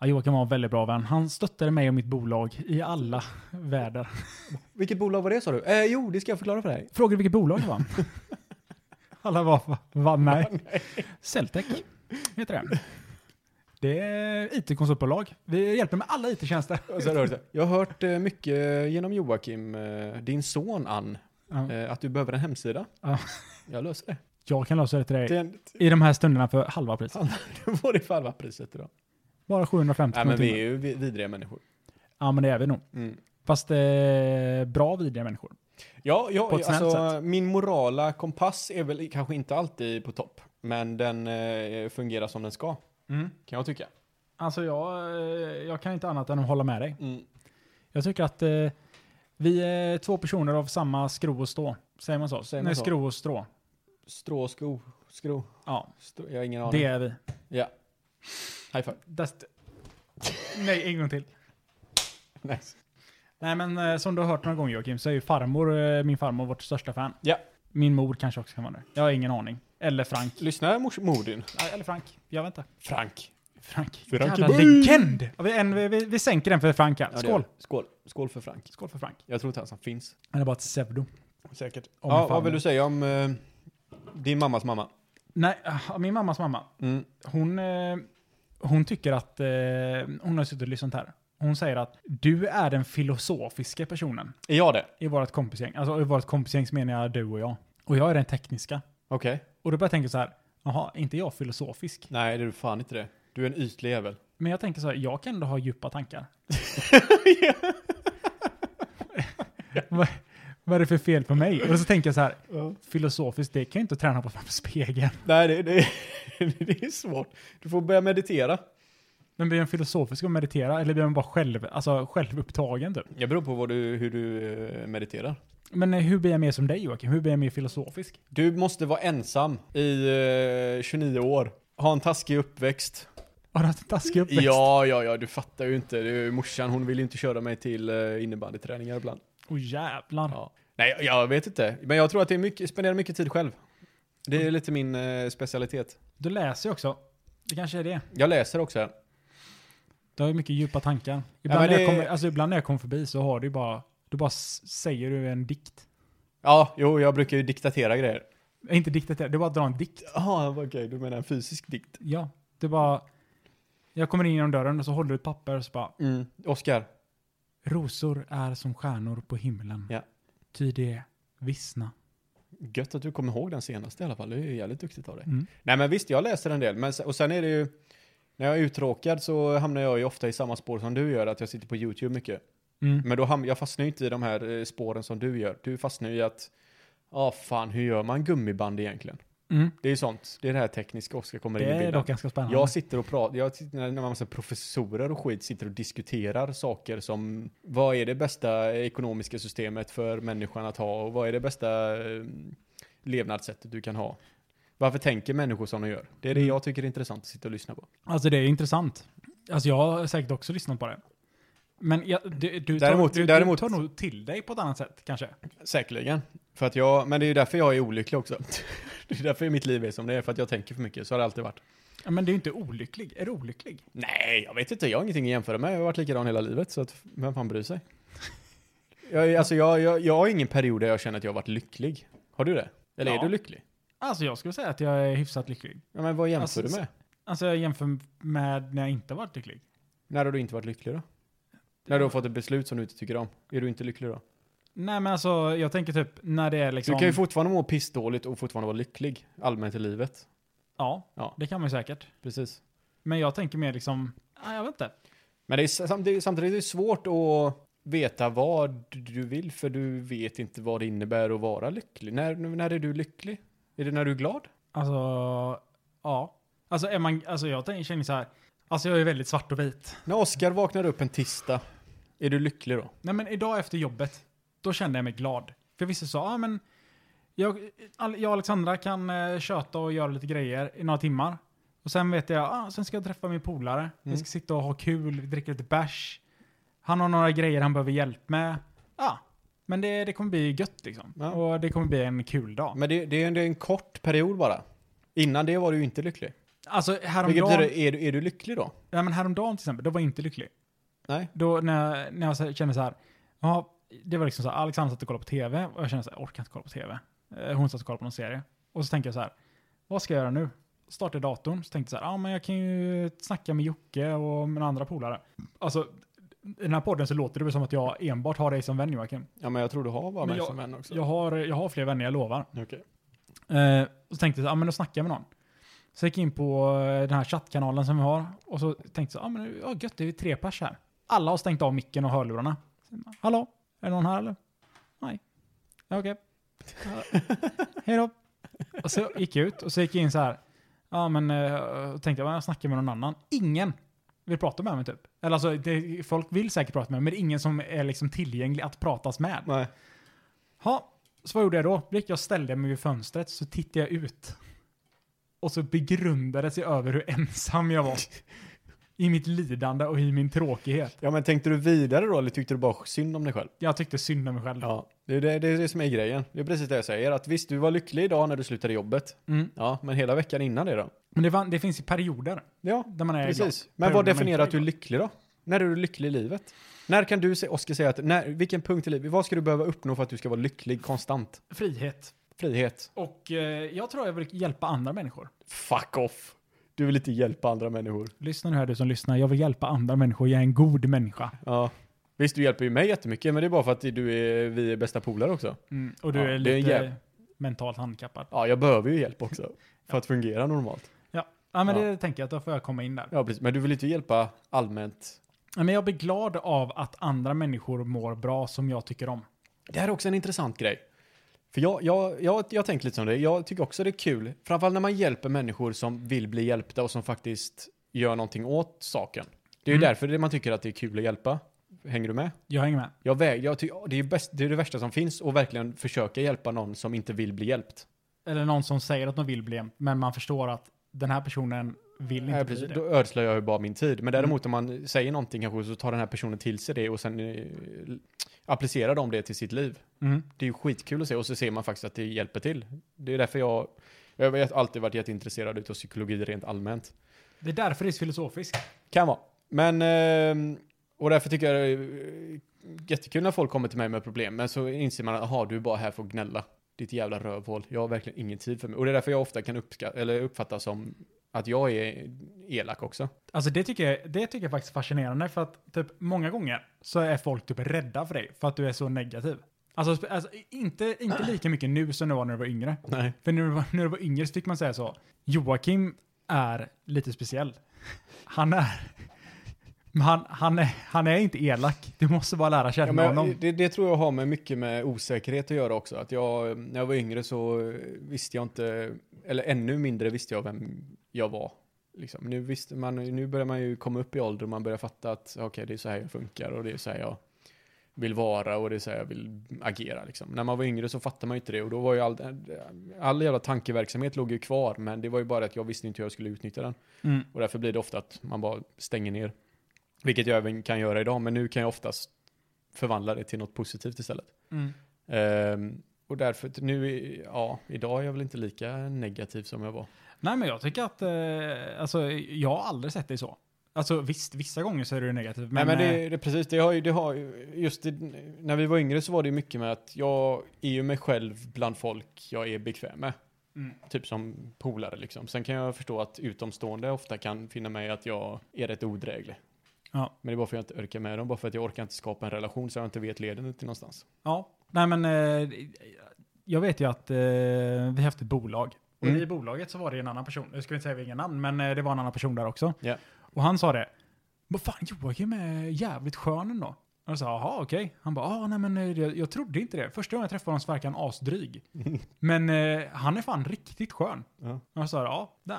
Speaker 1: Ja, Joakim var en väldigt bra vän. Han stöttade mig och mitt bolag i alla väder.
Speaker 3: Vilket bolag var det sa du? Eh, jo, det ska jag förklara för dig.
Speaker 1: Frågade vilket bolag det var. Alla var, va, va, nej. Celtec heter det. Det är IT-konsultbolag. Vi hjälper med alla IT-tjänster.
Speaker 3: Och så rör det sig. jag har hört eh, mycket genom Joakim, eh, din son Ann,
Speaker 1: Ja.
Speaker 3: eh, att du behöver en hemsida.
Speaker 1: Ja.
Speaker 3: Jag löser det.
Speaker 1: Jag kan lösa det till dig
Speaker 3: Det,
Speaker 1: i de här stunderna för halva priset.
Speaker 3: det var det för halva priset idag.
Speaker 1: Bara 750
Speaker 3: Nej,
Speaker 1: kronor
Speaker 3: men vi är
Speaker 1: timmen.
Speaker 3: ju vi- vidriga människor.
Speaker 1: Ja, men det är vi nog.
Speaker 3: Mm.
Speaker 1: Fast eh, bra vidriga människor.
Speaker 3: Ja, ja
Speaker 1: På ett snällt
Speaker 3: alltså, min morala kompass är väl kanske inte alltid på topp, men den eh, fungerar som den ska, kan jag tycka.
Speaker 1: Alltså, jag, eh, jag kan inte annat än att hålla med dig.
Speaker 3: Mm.
Speaker 1: Jag tycker att eh, vi är två personer av samma skro och stå. Säger man så?
Speaker 3: Säger man
Speaker 1: Nej,
Speaker 3: så?
Speaker 1: skro och strå.
Speaker 3: Strå, sko, skro.
Speaker 1: Ja,
Speaker 3: Strå, jag har ingen aning.
Speaker 1: det är vi.
Speaker 3: Ja. High five.
Speaker 1: Dest- Nej, en gång till.
Speaker 3: Nice.
Speaker 1: Nej, men eh, som du har hört några gånger Joakim, så är ju farmor, eh, min farmor vårt största fan.
Speaker 3: Ja.
Speaker 1: Min mor kanske också kan vara det. Jag har ingen aning. Eller Frank.
Speaker 3: Lyssnar mors mor din?
Speaker 1: Nej, Eller Frank. Jag vet inte.
Speaker 3: Frank.
Speaker 1: Frank.
Speaker 3: Frank
Speaker 1: Jävla
Speaker 3: är böj!
Speaker 1: legend! Ja, Vi, en, vi, vi, vi sänker den för Frank här.
Speaker 3: Ja, det
Speaker 1: Skål!
Speaker 3: gör det. Skål. Skål för Frank.
Speaker 1: Skål för Frank.
Speaker 3: Jag tror inte ens han finns.
Speaker 1: Han är bara ett pseudo.
Speaker 3: Säkert.
Speaker 1: Om
Speaker 3: ja,
Speaker 1: fan.
Speaker 3: vad vill du säga om eh, din mammas mamma?
Speaker 1: Nej, ah, min mammas mamma.
Speaker 3: Mm.
Speaker 1: Hon, eh, hon tycker att... Eh, hon har suttit och lyssnat här. Hon säger att du är den filosofiska personen
Speaker 3: Är jag det?
Speaker 1: i vårt kompisgäng. Alltså i vårt kompisgäng så menar jag du och jag. Och jag är den tekniska.
Speaker 3: Okej.
Speaker 1: Och då börjar jag tänka så här, jaha, inte jag filosofisk?
Speaker 3: Nej, det är du fan inte det. Du är en ytlig jävel.
Speaker 1: Men jag tänker så här, jag kan ändå ha djupa tankar. vad, vad är det för fel på mig? Och så tänker jag så här, filosofiskt, det kan jag inte träna på framför spegeln.
Speaker 3: Nej, det, det, det är svårt. Du får börja meditera.
Speaker 1: Men blir man filosofisk och meditera eller blir man bara själv, alltså självupptagen typ?
Speaker 3: Jag beror på vad du, hur du eh, mediterar.
Speaker 1: Men eh, hur blir jag mer som dig Joakim? Hur blir jag mer filosofisk?
Speaker 3: Du måste vara ensam i eh, 29 år. Ha en taskig uppväxt.
Speaker 1: Har du haft en taskig uppväxt?
Speaker 3: Ja, ja, ja, du fattar ju inte. Du, morsan, hon vill ju inte köra mig till eh, innebandyträningar ibland.
Speaker 1: Åh jävlar.
Speaker 3: Ja. Nej, jag- jag vet inte. Men jag tror att det är mycket, spenderar mycket tid själv. Det är lite min eh, specialitet.
Speaker 1: Du läser ju också. Det kanske är det.
Speaker 3: Jag läser också.
Speaker 1: Du har ju mycket djupa tankar. Ibland,
Speaker 3: men
Speaker 1: när,
Speaker 3: det-
Speaker 1: jag kommer, alltså ibland när jag kommer förbi så har du ju bara, du bara s- säger du en dikt.
Speaker 3: Ja, jo, jag brukar ju diktatera grejer.
Speaker 1: Eh, Inte diktat, det är bara att dra en dikt.
Speaker 3: Ja, okej, du menar en fysisk dikt.
Speaker 1: Ja, det är bara... Jag kommer in genom dörren och så håller du ett papper och så bara
Speaker 3: Mm. Oskar,
Speaker 1: Rosor är som stjärnor på himlen.
Speaker 3: Ja.
Speaker 1: Ty det vissna.
Speaker 3: gött att du kom ihåg den senaste i alla fall. Det är ju jävligt duktigt av dig.
Speaker 1: Mm.
Speaker 3: Nej, men visst, jag läser en del. Men, se- och sen är det ju, när jag är uttråkad så hamnar jag ju ofta i samma spår som du gör, att jag sitter på YouTube mycket.
Speaker 1: Mm.
Speaker 3: Men då ham- jag fastnar ju inte i de här eh, spåren som du gör. Du fastnar ju i att, ja fan, hur gör man gummiband egentligen?
Speaker 1: Mm.
Speaker 3: Det är ju sånt. Det är det här tekniska Oskar kommer
Speaker 1: Det
Speaker 3: in i
Speaker 1: är
Speaker 3: bilden.
Speaker 1: dock ganska spännande.
Speaker 3: Jag sitter och pratar, jag sitter, när när man massa professorer och skit sitter och diskuterar saker som vad är det bästa ekonomiska systemet för människan att ha och vad är det bästa eh, levnadssättet du kan ha? Varför tänker människor som de gör? Det är det
Speaker 1: Mm.
Speaker 3: jag tycker är intressant att sitta och lyssna på.
Speaker 1: Alltså det är intressant. Alltså jag har säkert också lyssnat på det. Men jag, du, du,
Speaker 3: Däremot-
Speaker 1: tar, du,
Speaker 3: däremot-
Speaker 1: du tar nog till dig på ett annat sätt kanske.
Speaker 3: Säkerligen. För att jag, men det är ju därför jag är olycklig också. Det är därför mitt liv är som det är, för att jag tänker för mycket. Så har det alltid varit.
Speaker 1: Ja, Men du är ju inte olycklig. Är du olycklig?
Speaker 3: Nej, jag vet inte. Jag har ingenting att jämföra med. Jag har varit likadan hela livet, så att, vem fan bryr sig? Jag, är- alltså, jag, jag, jag har ingen period där jag känner att jag har varit lycklig. Har du det? Eller
Speaker 1: Ja.
Speaker 3: är du lycklig?
Speaker 1: Alltså jag skulle säga att jag är hyfsat lycklig.
Speaker 3: Ja, men vad jämför
Speaker 1: Alltså,
Speaker 3: du med?
Speaker 1: Alltså jag jämför med när jag inte varit lycklig.
Speaker 3: När har du inte varit lycklig då? När du har fått ett beslut som du inte tycker om. Är du inte lycklig då?
Speaker 1: Nej men alltså jag tänker typ när det är liksom...
Speaker 3: Du kan ju fortfarande må pissdåligt och fortfarande vara lycklig. Allmänt i livet.
Speaker 1: Ja,
Speaker 3: Ja.
Speaker 1: det kan man ju säkert.
Speaker 3: Precis.
Speaker 1: Men jag tänker mer liksom, nej, jag vet inte.
Speaker 3: Men det är, sam- det är- samtidigt är det svårt att veta vad du vill, för du vet inte vad det innebär att vara lycklig. När, när är du lycklig? Är det när du är glad?
Speaker 1: Alltså, ja. Alltså, är man, alltså jag tänker, känner så här, alltså jag är väldigt svart och vit.
Speaker 3: När Oskar vaknar upp en tisdag, är du lycklig då?
Speaker 1: Nej men idag efter jobbet, då kände jag mig glad. För vissa sa, ja men, jag, Al- jag och Alexandra kan eh, köta och göra lite grejer i några timmar. Och sen vet jag, ah, sen ska jag träffa min polare. Vi
Speaker 3: Mm.
Speaker 1: ska sitta och ha kul, vi dricker lite bärs. Han har några grejer han behöver hjälp med. Ja, men det, det kommer bli gött liksom.
Speaker 3: Ja. Mm.
Speaker 1: Och det kommer bli en kul dag.
Speaker 3: Men det, det, är en, det är en kort period bara. Innan det var du ju inte lycklig.
Speaker 1: Alltså
Speaker 3: Vilket
Speaker 1: häromdagen...
Speaker 3: betyder, är du, är du lycklig då?
Speaker 1: Nej men häromdagen till exempel, då var jag inte lycklig.
Speaker 3: Nej.
Speaker 1: Då när jag, när jag så här kände så här, ja, det var liksom så här, Alexander satt och kollade på tv och jag kände så här, jag orkar inte kolla på tv. Eh, Hon satt och kollade på någon serie. Och så tänkte jag så här, vad ska jag göra nu? Startade datorn, så tänkte jag så här, ja men jag kan ju snacka med Jocke och mina andra polare. Alltså, i den här podden så låter det väl som att jag enbart har dig som vän Joakim.
Speaker 3: Ja, men jag tror du har bara
Speaker 1: Men
Speaker 3: mig
Speaker 1: jag-
Speaker 3: som vän också.
Speaker 1: Jag har, jag har fler vänner, jag lovar.
Speaker 3: Okej.
Speaker 1: Eh, och så tänkte jag, så, ja men då snackar jag med någon. Så gick jag in på eh, den här chattkanalen som vi har och så tänkte jag, så, ja men ja, gött, det är ju tre pers här. Alla har stängt av micken och hörlurarna. Sen bara, Hallå, är det någon här eller? Nej. Ja, Okej. Ja, Hej då. Och så gick jag ut och så gick jag in så här. Ja men, eh, och tänkte jag, jag snackar med någon annan. Ingen vill prata med mig typ. Eller alltså, det, folk vill säkert prata med mig, men det är ingen som är liksom tillgänglig att pratas med.
Speaker 3: Nej.
Speaker 1: Ja, så vad gjorde jag då? Blick, jag ställde mig vid fönstret, så tittade jag ut. Och så begrundades jag över hur ensam jag var. I mitt lidande och i min tråkighet.
Speaker 3: Ja, men tänkte du vidare då eller tyckte du bara synd om dig själv?
Speaker 1: Jag tyckte synd om mig själv.
Speaker 3: Ja, det är det, det, är det som är grejen. Det är precis det jag säger. Att visst, du var lycklig idag när du slutade jobbet.
Speaker 1: Mm.
Speaker 3: Ja, men hela veckan innan det då?
Speaker 1: Men det, fan- det finns ju perioder
Speaker 3: Ja,
Speaker 1: där man är glad.
Speaker 3: precis. Men
Speaker 1: Perioder
Speaker 3: vad
Speaker 1: man
Speaker 3: definierar att
Speaker 1: inte
Speaker 3: du
Speaker 1: är
Speaker 3: är lycklig då? När är du lycklig i livet? När kan du, se- Oskar, säga att, när, vilken punkt i livet, vad ska du behöva uppnå för att du ska vara lycklig konstant?
Speaker 1: Frihet.
Speaker 3: Frihet.
Speaker 1: Och eh, jag tror jag vill hjälpa andra människor.
Speaker 3: Fuck off! Du vill inte hjälpa andra människor.
Speaker 1: Lyssna nu här du som lyssnar. Jag vill hjälpa andra människor. Jag är en god människa.
Speaker 3: Ja. Visst, du hjälper ju mig jättemycket, men det är bara för att du är, vi är bästa polare också.
Speaker 1: Mm. Och du
Speaker 3: Ja,
Speaker 1: är
Speaker 3: det är en
Speaker 1: lite
Speaker 3: jäv-
Speaker 1: mentalt handikappad.
Speaker 3: Ja, jag behöver ju hjälp också. För att fungera normalt.
Speaker 1: Ja, men
Speaker 3: Ja.
Speaker 1: det tänker jag att då får jag komma in där.
Speaker 3: Ja, precis. Men du vill inte hjälpa allmänt.
Speaker 1: Ja, Men jag blir glad av att andra människor mår bra som jag tycker om.
Speaker 3: Det här är också en intressant grej. För jag, jag, jag, jag tänker lite som dig. Jag tycker också det är kul. Framförallt när man hjälper människor som vill bli hjälpta och som faktiskt gör någonting åt saken. Det är ju
Speaker 1: Mm.
Speaker 3: därför det- man tycker att det är kul att hjälpa. Hänger du med?
Speaker 1: Jag hänger med.
Speaker 3: Jag väg, jag ty, det, är ju bäst, det är det värsta som finns och verkligen försöka hjälpa någon som inte vill bli hjälpt.
Speaker 1: Eller någon som säger att de vill bli en, men man förstår att den här personen vill inte
Speaker 3: Nej,
Speaker 1: bli
Speaker 3: precis.
Speaker 1: det.
Speaker 3: Äh,
Speaker 1: Mm.
Speaker 3: Då ödslar jag ju bara min tid. Men däremot om man säger någonting kanske så tar den här personen till sig det och sen eh, applicerar de det till sitt liv.
Speaker 1: Mm.
Speaker 3: Det är ju skitkul att se och så ser man faktiskt att det hjälper till. Det är därför jag, jag har alltid varit jätteintresserad utav psykologi rent allmänt.
Speaker 1: Det är därför det är filosofiskt.
Speaker 3: Kan vara. Men, eh, och därför tycker jag det är eh, jättekul när folk kommer till mig med problem. Men så inser man att, aha, du är bara här för att gnälla. Ditt jävla rövhål. Jag har verkligen ingen tid för mig. Och det är därför jag ofta kan uppska- eller uppfatta som att jag är elak också.
Speaker 1: Alltså det tycker, jag, det tycker jag faktiskt är fascinerande för att typ många gånger så är folk typ rädda för dig för att du är så negativ. Alltså, sp- alltså inte, inte lika mycket nu som det var när du var yngre.
Speaker 3: Nej.
Speaker 1: För när du var, när du var yngre så fick man säga så. Joakim är lite speciell. Han är... Men Han, han, är, han är inte elak. Du måste bara lära känna
Speaker 3: Ja, men
Speaker 1: honom.
Speaker 3: jag, det, det tror jag har med mycket med osäkerhet att göra också. Att jag, när jag var yngre så visste jag inte, eller ännu mindre visste jag vem jag var. Liksom. Nu, visste man, nu börjar man ju komma upp i ålder och man börjar fatta att okej, det är så här jag funkar och det är så här jag vill vara och det är så här jag vill agera. Liksom. När man var yngre så fattade man ju inte det och då var ju all, all jävla tankeverksamhet låg ju kvar men det var ju bara att jag visste inte hur jag skulle utnyttja den.
Speaker 1: Mm.
Speaker 3: Och därför blir det ofta att man bara stänger ner. Vilket jag även kan göra idag, men nu kan jag oftast förvandla det till något positivt istället.
Speaker 1: Mm.
Speaker 3: Ehm, och därför, nu, i- ja, idag är jag väl inte lika negativ som jag var.
Speaker 1: Nej men jag tycker att, eh, alltså jag har aldrig sett dig så. Alltså visst, vissa gånger så är du negativ. Men,
Speaker 3: Nej men
Speaker 1: eh,
Speaker 3: det, det precis, det har ju, det har ju, just det, när vi var yngre så var det ju mycket med att jag är ju mig själv bland folk jag är bekväm med.
Speaker 1: Mm.
Speaker 3: Typ som polare liksom. Sen kan jag förstå att utomstående ofta kan finna mig att jag är rätt odräglig.
Speaker 1: Ja.
Speaker 3: Men det är bara för att jag inte orkar med dem, bara för att jag orkar inte skapa en relation så jag inte vet leden till någonstans.
Speaker 1: ja. Nej men eh, jag vet ju att eh, vi har haft ett bolag. Och
Speaker 3: Mm.
Speaker 1: i bolaget så var det en annan person. Jag ska inte säga vilken namn, men eh, det var en annan person där också.
Speaker 3: Ja.
Speaker 1: Och han sa det. Vad fan Joakim är jävligt skön ändå. Och jag sa jaha okej. Han bara ah, nej men eh, jag, jag trodde inte det. Första gången jag träffade honom så verkade han asdryg. men eh, han är fan riktigt skön.
Speaker 3: Ja.
Speaker 1: Och jag sa ja, där.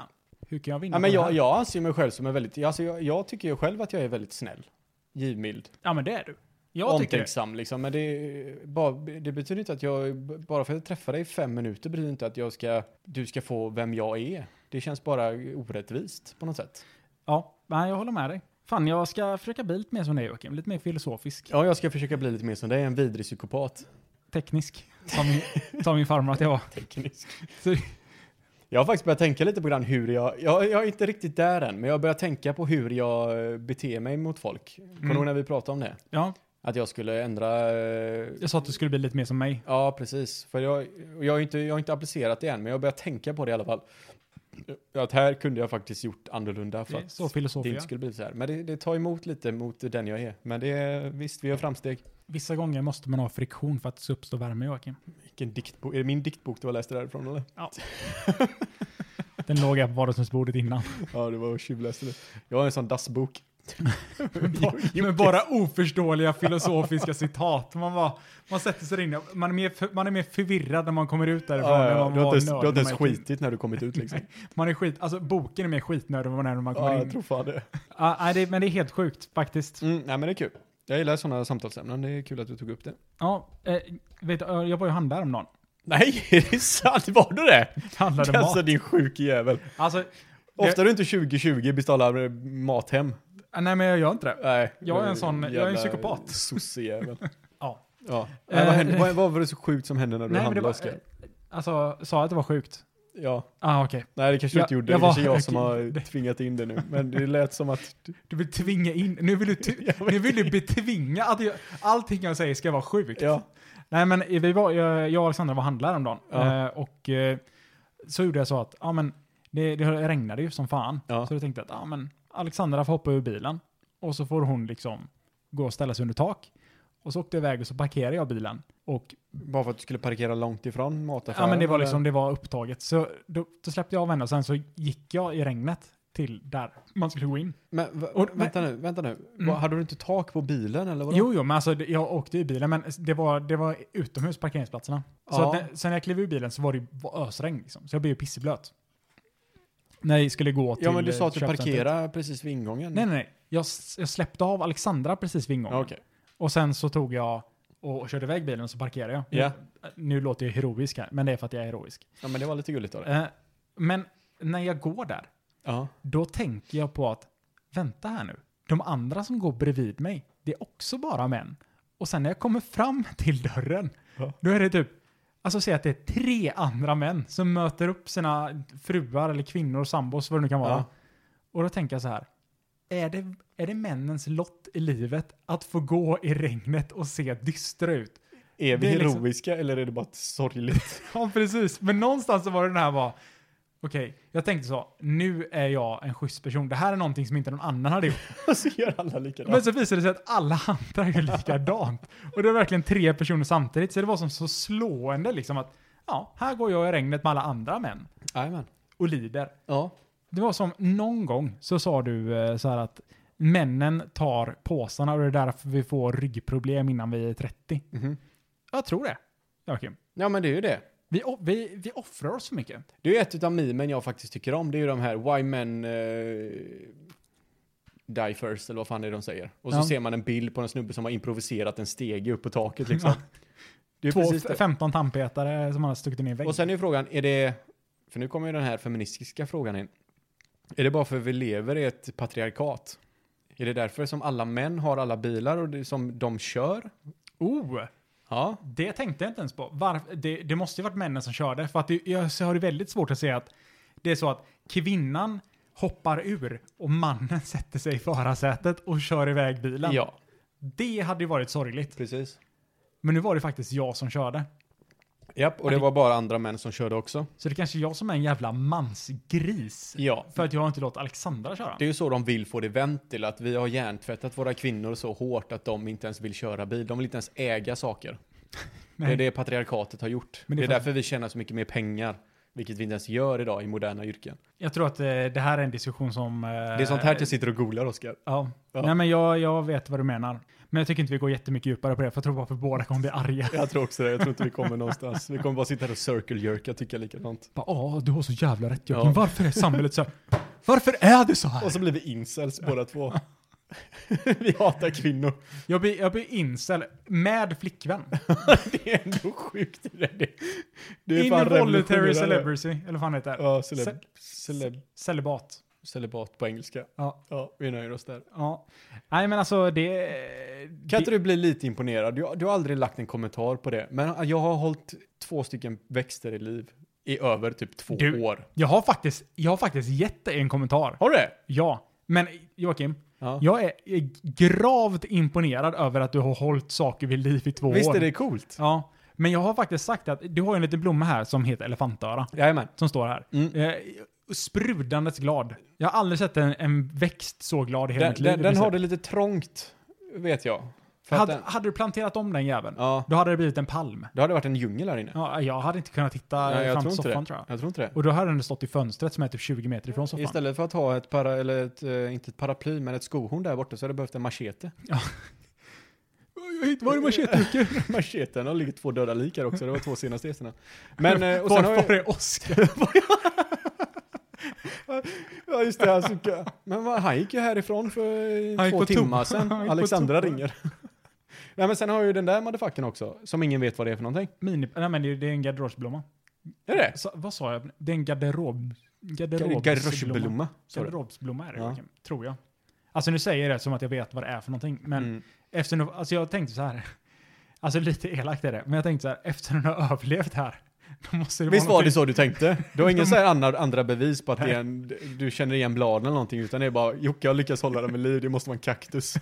Speaker 1: Hur kan jag vinna
Speaker 3: Ja,
Speaker 1: på
Speaker 3: men
Speaker 1: det
Speaker 3: jag,
Speaker 1: här?"
Speaker 3: jag anser mig själv som en väldigt, alltså jag, jag tycker ju själv att jag är väldigt snäll, givmild,
Speaker 1: ja men det är du. Jag tycker det.
Speaker 3: omtänksam liksom. Men det, är bara, det betyder inte att jag, bara för att jag träffar dig i fem minuter betyder inte att jag ska, du ska få vem jag är. Det känns bara orättvist på något sätt.
Speaker 1: Ja, nej, jag håller med dig. Fan, jag ska försöka bli lite mer som dig Joakim. Lite mer filosofisk,
Speaker 3: Ja, jag ska försöka bli lite mer som dig, en vidrig psykopat.
Speaker 1: teknisk. Som min, som min farmor att jag var.
Speaker 3: Teknisk.
Speaker 1: Så-
Speaker 3: Jag har faktiskt börjat tänka lite på grann hur jag, jag, jag är inte riktigt där än, men jag har börjat tänka på hur jag eh, beter mig mot folk. Kommer du
Speaker 1: Mm.
Speaker 3: ihåg när vi pratade om det?
Speaker 1: Ja,
Speaker 3: Att jag skulle ändra eh,
Speaker 1: jag sa att du skulle bli lite mer som mig.
Speaker 3: Ja, precis. För jag, och jag, har inte, jag har inte applicerat det än, men jag börjar tänka på det i alla fall. Att här kunde jag faktiskt gjort annorlunda för
Speaker 1: Det är
Speaker 3: att
Speaker 1: så
Speaker 3: det
Speaker 1: filosofiskt.
Speaker 3: inte skulle bli så här. Men det, det tar emot lite mot den jag är. Men det är, visst, vi gör framsteg.
Speaker 1: Vissa gånger måste man ha friktion för att det ska uppstå värme Joakim.
Speaker 3: Vilken diktbok, är det min diktbok du har läst det därifrån eller?
Speaker 1: Den låg här på vardagsrumsbordet innan.
Speaker 3: Ja, det var tjuvläste det. Jag har en sån dassbok.
Speaker 1: Med bara oförståeliga filosofiska citat. Man, bara, man sätter sig in. Man är, mer, för- man är mer förvirrad när man kommer ut därifrån.
Speaker 3: Ja,
Speaker 1: än
Speaker 3: ja,
Speaker 1: vad
Speaker 3: du har
Speaker 1: var
Speaker 3: inte ens,
Speaker 1: nörd
Speaker 3: du har inte ens
Speaker 1: när man gick in.
Speaker 3: skitit när du kommit ut liksom.
Speaker 1: Man är skit. Alltså boken är mer skitnörd än vad man är när man kommer
Speaker 3: Ja, jag
Speaker 1: in.
Speaker 3: tror fan det.
Speaker 1: Ah, nej, det, men det är helt sjukt faktiskt.
Speaker 3: Mm, nej, men det är kul. Jag gillar sådana samtalsämnen. Det är kul att du tog upp det.
Speaker 1: Ja, eh, vet, du, jag var ju och handlade om någon.
Speaker 3: Nej, är det sant? Var du det?
Speaker 1: Handlade
Speaker 3: Alltså
Speaker 1: mat.
Speaker 3: din sjuke jävel.
Speaker 1: Alltså,
Speaker 3: Ofta är det inte 2020 beställa mat hem.
Speaker 1: Ah, nej, men jag gör inte det.
Speaker 3: Nej.
Speaker 1: Jag är en sån- jag är en
Speaker 3: Jävla
Speaker 1: psykopat.
Speaker 3: Sossejävel.
Speaker 1: Ja. Eh,
Speaker 3: ja. Nej, vad, hände, vad, vad var det så sjukt som hände när du
Speaker 1: Nej, men det
Speaker 3: handlade
Speaker 1: var,
Speaker 3: Oskar?
Speaker 1: alltså, sa jag att det var sjukt?
Speaker 3: Ja.
Speaker 1: Ah, okej.
Speaker 3: Nej, det kanske du
Speaker 1: Ja,
Speaker 3: inte gjorde. Det
Speaker 1: jag
Speaker 3: är kanske
Speaker 1: var-
Speaker 3: jag som har tvingat in det nu. Men det lät som att...
Speaker 1: Du vill tvinga in, nu vill du, t-
Speaker 3: Jag vet
Speaker 1: nu vill du betvinga att jag, allting jag säger ska vara sjukt.
Speaker 3: Ja.
Speaker 1: Nej men eh, vi var, jag jag och Alexandra var handlare om dagen.
Speaker 3: Ja.
Speaker 1: Eh, och eh, så gjorde jag så att, ja men det, det regnade ju som fan.
Speaker 3: Ja.
Speaker 1: Så jag tänkte att, ja men Alexandra får hoppa ur bilen. Och så får hon liksom gå och ställa sig under tak. Och så åkte jag iväg och så parkerade jag bilen. Och
Speaker 3: Bara för att du skulle parkera långt ifrån mataffären?
Speaker 1: ja, men det var
Speaker 3: eller?
Speaker 1: liksom, det var upptaget. Så då, då släppte jag av henne och sen så gick jag i regnet till där man skulle gå in.
Speaker 3: Men, va,
Speaker 1: Och- Mm.
Speaker 3: vänta nu, vänta nu. Vad, hade du inte tak på bilen eller vadå?
Speaker 1: Jo, jo, men alltså det- jag åkte i bilen, men det var, det var utomhus parkeringsplatserna. Så
Speaker 3: Ja.
Speaker 1: att när, sen när jag klev ur bilen så var det ju var ösregn, liksom. så jag blev ju pissblöt. När jag skulle gå till
Speaker 3: Ja, men du sa att du
Speaker 1: eh, köpcentret.
Speaker 3: parkerade precis vid ingången.
Speaker 1: Nej, nej, nej. Jag, s- jag släppte av Alexandra precis vid ingången.
Speaker 3: Ja, okej.
Speaker 1: Och sen så tog jag och körde iväg bilen och så parkerade jag.
Speaker 3: Ja.
Speaker 1: Nu, nu låter jag heroisk här, men det är för att jag är heroisk.
Speaker 3: Ja, men det var lite gulligt av dig.
Speaker 1: Eh, men när jag går där,
Speaker 3: Ja.
Speaker 1: då tänker jag på att vänta här nu. De andra som går bredvid mig, det är också bara män. Och sen när jag kommer fram till dörren,
Speaker 3: Ja.
Speaker 1: då är det typ, alltså säg att det är tre andra män som möter upp sina fruar eller kvinnor, sambos, vad det nu kan vara.
Speaker 3: Ja.
Speaker 1: Och då tänker jag så här, är det, är det männens lott i livet att få gå i regnet och se dystra ut?
Speaker 3: Är vi
Speaker 1: Det är liksom-
Speaker 3: heroiska eller är det bara sorgligt?
Speaker 1: Ja, precis. Men någonstans så var det den här bara, okej, jag tänkte så, nu är jag en schysst person. Det här är någonting som inte någon annan hade gjort.
Speaker 3: Och så gör alla likadant.
Speaker 1: Men så visade det sig att alla andra är likadant. Och det var verkligen tre personer samtidigt. Så det var som så slående liksom att ja, här går jag i regnet med alla andra män
Speaker 3: Jajamän.
Speaker 1: och lider.
Speaker 3: Ja.
Speaker 1: Det var som någon gång så sa du eh, så här att männen tar påsarna och det är därför vi får ryggproblem innan vi är 30.
Speaker 3: Mhm.
Speaker 1: Jag tror det. Joakim.
Speaker 3: ja, men det är ju det.
Speaker 1: Vi, o- vi, vi offrar oss för mycket.
Speaker 3: Det är ju ett av memen jag faktiskt tycker om. Det är ju de här Why Men eh, Die First, eller vad fan det är de säger. Och så
Speaker 1: Ja.
Speaker 3: ser man en bild på en snubbe som har improviserat en stege upp på taket liksom. Det är
Speaker 1: Två,
Speaker 3: precis det.
Speaker 1: 15 tandpetare som har stuckit in i en vägg.
Speaker 3: Och sen är ju frågan, är det... För nu kommer ju den här feministiska frågan in. Är det bara för att vi lever i ett patriarkat? Är det därför som alla män har alla bilar och det, som de kör?
Speaker 1: oh!
Speaker 3: Ja.
Speaker 1: Det tänkte jag inte ens på. Varf- det, det måste ju varit männen som körde. För att det, jag så har det väldigt svårt att se att det är så att kvinnan hoppar ur och mannen sätter sig i förarsätet och kör iväg bilen.
Speaker 3: Ja,
Speaker 1: Det hade ju varit sorgligt.
Speaker 3: precis.
Speaker 1: Men nu var det faktiskt jag som körde.
Speaker 3: Japp, och det var bara andra män som körde också.
Speaker 1: Så det kanske är jag som är en jävla mansgris.
Speaker 3: Ja.
Speaker 1: För att jag har inte låtit Alexandra köra.
Speaker 3: Det är ju så de vill få det vänt till, att vi har hjärntvättat våra kvinnor så hårt att de inte ens vill köra bil. De vill inte ens äga saker. Det
Speaker 1: Nej.
Speaker 3: är det patriarkatet har gjort.
Speaker 1: Men det
Speaker 3: det,
Speaker 1: är
Speaker 3: är
Speaker 1: för-
Speaker 3: därför vi tjänar så mycket mer pengar, vilket vi inte ens gör idag i moderna yrken.
Speaker 1: Jag tror att eh, det här är en diskussion som... eh,
Speaker 3: Det är sånt här jag sitter och googlar, Oskar.
Speaker 1: Ja.
Speaker 3: Ja.
Speaker 1: Nej men jag, jag vet vad du menar. Men jag tycker inte vi går jättemycket djupare på det, för jag tror bara för båda kommer bli arga.
Speaker 3: Jag tror också det. Jag tror inte vi kommer någonstans. Vi kommer bara sitta här och circle jerka och tycka likadant.
Speaker 1: Bara, "Åh, du har så jävla rätt Joakim.
Speaker 3: Ja.
Speaker 1: Varför är samhället så här? Varför är det så här?
Speaker 3: Och så blir vi incels båda två. vi hatar kvinnor.
Speaker 1: Jag blir, jag blir incel med flickvän.
Speaker 3: Det är ändå sjukt. Det är, det. Det fan
Speaker 1: Involuntary
Speaker 3: revolutionerande.
Speaker 1: celibacy, eller vad fan heter det?
Speaker 3: Ja, celeb,
Speaker 1: Ce-
Speaker 3: celeb,
Speaker 1: Celibat.
Speaker 3: celibat på engelska.
Speaker 1: Ja.
Speaker 3: ja, vi nöjer oss där.
Speaker 1: Ja. Nej men alltså det...
Speaker 3: Kan
Speaker 1: det
Speaker 3: inte du bli lite imponerad? Du, du har aldrig lagt en kommentar på det, men jag har hållit två stycken växter i liv i över typ två
Speaker 1: Du-
Speaker 3: år.
Speaker 1: Jag har faktiskt, jag har faktiskt gett dig en kommentar.
Speaker 3: Har du det?
Speaker 1: Ja. Men Joakim,
Speaker 3: Ja.
Speaker 1: jag är är gravt imponerad över att du har hållit saker vid liv i två
Speaker 3: Visst
Speaker 1: år.
Speaker 3: är det coolt?
Speaker 1: Ja. Men jag har faktiskt sagt att du har ju en liten blomma här som heter elefantöra.
Speaker 3: Jajamän.
Speaker 1: som står här.
Speaker 3: Mm.
Speaker 1: Eh, sprudandes glad. Jag har aldrig sett en, en växt så glad i hela
Speaker 3: Den,
Speaker 1: mitt liv.
Speaker 3: den,
Speaker 1: i
Speaker 3: den
Speaker 1: princip.
Speaker 3: har det lite trångt, vet jag. För att
Speaker 1: hade,
Speaker 3: den,
Speaker 1: hade du planterat om den jäveln,
Speaker 3: ja,
Speaker 1: då hade det blivit en palm.
Speaker 3: då hade det varit en djungel här inne.
Speaker 1: Ja, jag hade inte kunnat titta
Speaker 3: Nej, jag,
Speaker 1: fram
Speaker 3: tror
Speaker 1: till
Speaker 3: inte
Speaker 1: soffan
Speaker 3: det.
Speaker 1: tror jag.
Speaker 3: jag tror inte det.
Speaker 1: Och då hade den stått i fönstret som är typ 20 meter ifrån soffan.
Speaker 3: Istället för att ha ett, para, eller ett, eh, inte ett paraply, men ett skohorn där borta så hade det behövt en machete.
Speaker 1: Jag hittade, var är macheteduken?
Speaker 3: Macheten, och ligger två döda likar också, det var två senaste gästerna. Men, eh, och
Speaker 1: Var,
Speaker 3: sen har jag,
Speaker 1: var är Oskar?
Speaker 3: Ja just det, han suckade. Men vad- han gick ju härifrån för
Speaker 1: Han
Speaker 3: eh,
Speaker 1: gick
Speaker 3: två
Speaker 1: på toa.
Speaker 3: timmar sedan.
Speaker 1: Han gick på
Speaker 3: Alexandra
Speaker 1: toa.
Speaker 3: ringer. Nej men sen har jag ju den där motherfuckern också, som ingen vet vad det är för någonting.
Speaker 1: Mini, nej men det är det är en garderobsblomma.
Speaker 3: Är det?
Speaker 1: Så, vad sa jag? Det är en garderob...
Speaker 3: Gar-
Speaker 1: Garderobsblomma.
Speaker 3: Garroshblomma. sa du.
Speaker 1: Garderobsblomma är det
Speaker 3: Ja.
Speaker 1: Joakim, tror jag. Alltså nu säger jag det som att jag vet vad det är för någonting, men
Speaker 3: Mm.
Speaker 1: efter nu, alltså jag tänkte så här, alltså lite elakt är det, men jag tänkte så här, efter hon har överlevt här, då måste det
Speaker 3: Visst
Speaker 1: vara
Speaker 3: var det
Speaker 1: någonting-
Speaker 3: så du tänkte? Du har ingen så här andra, andra bevis på att det är en, du känner igen bladen eller någonting, utan det är bara Jocke har lyckats hålla den vid liv, det måste vara en kaktus.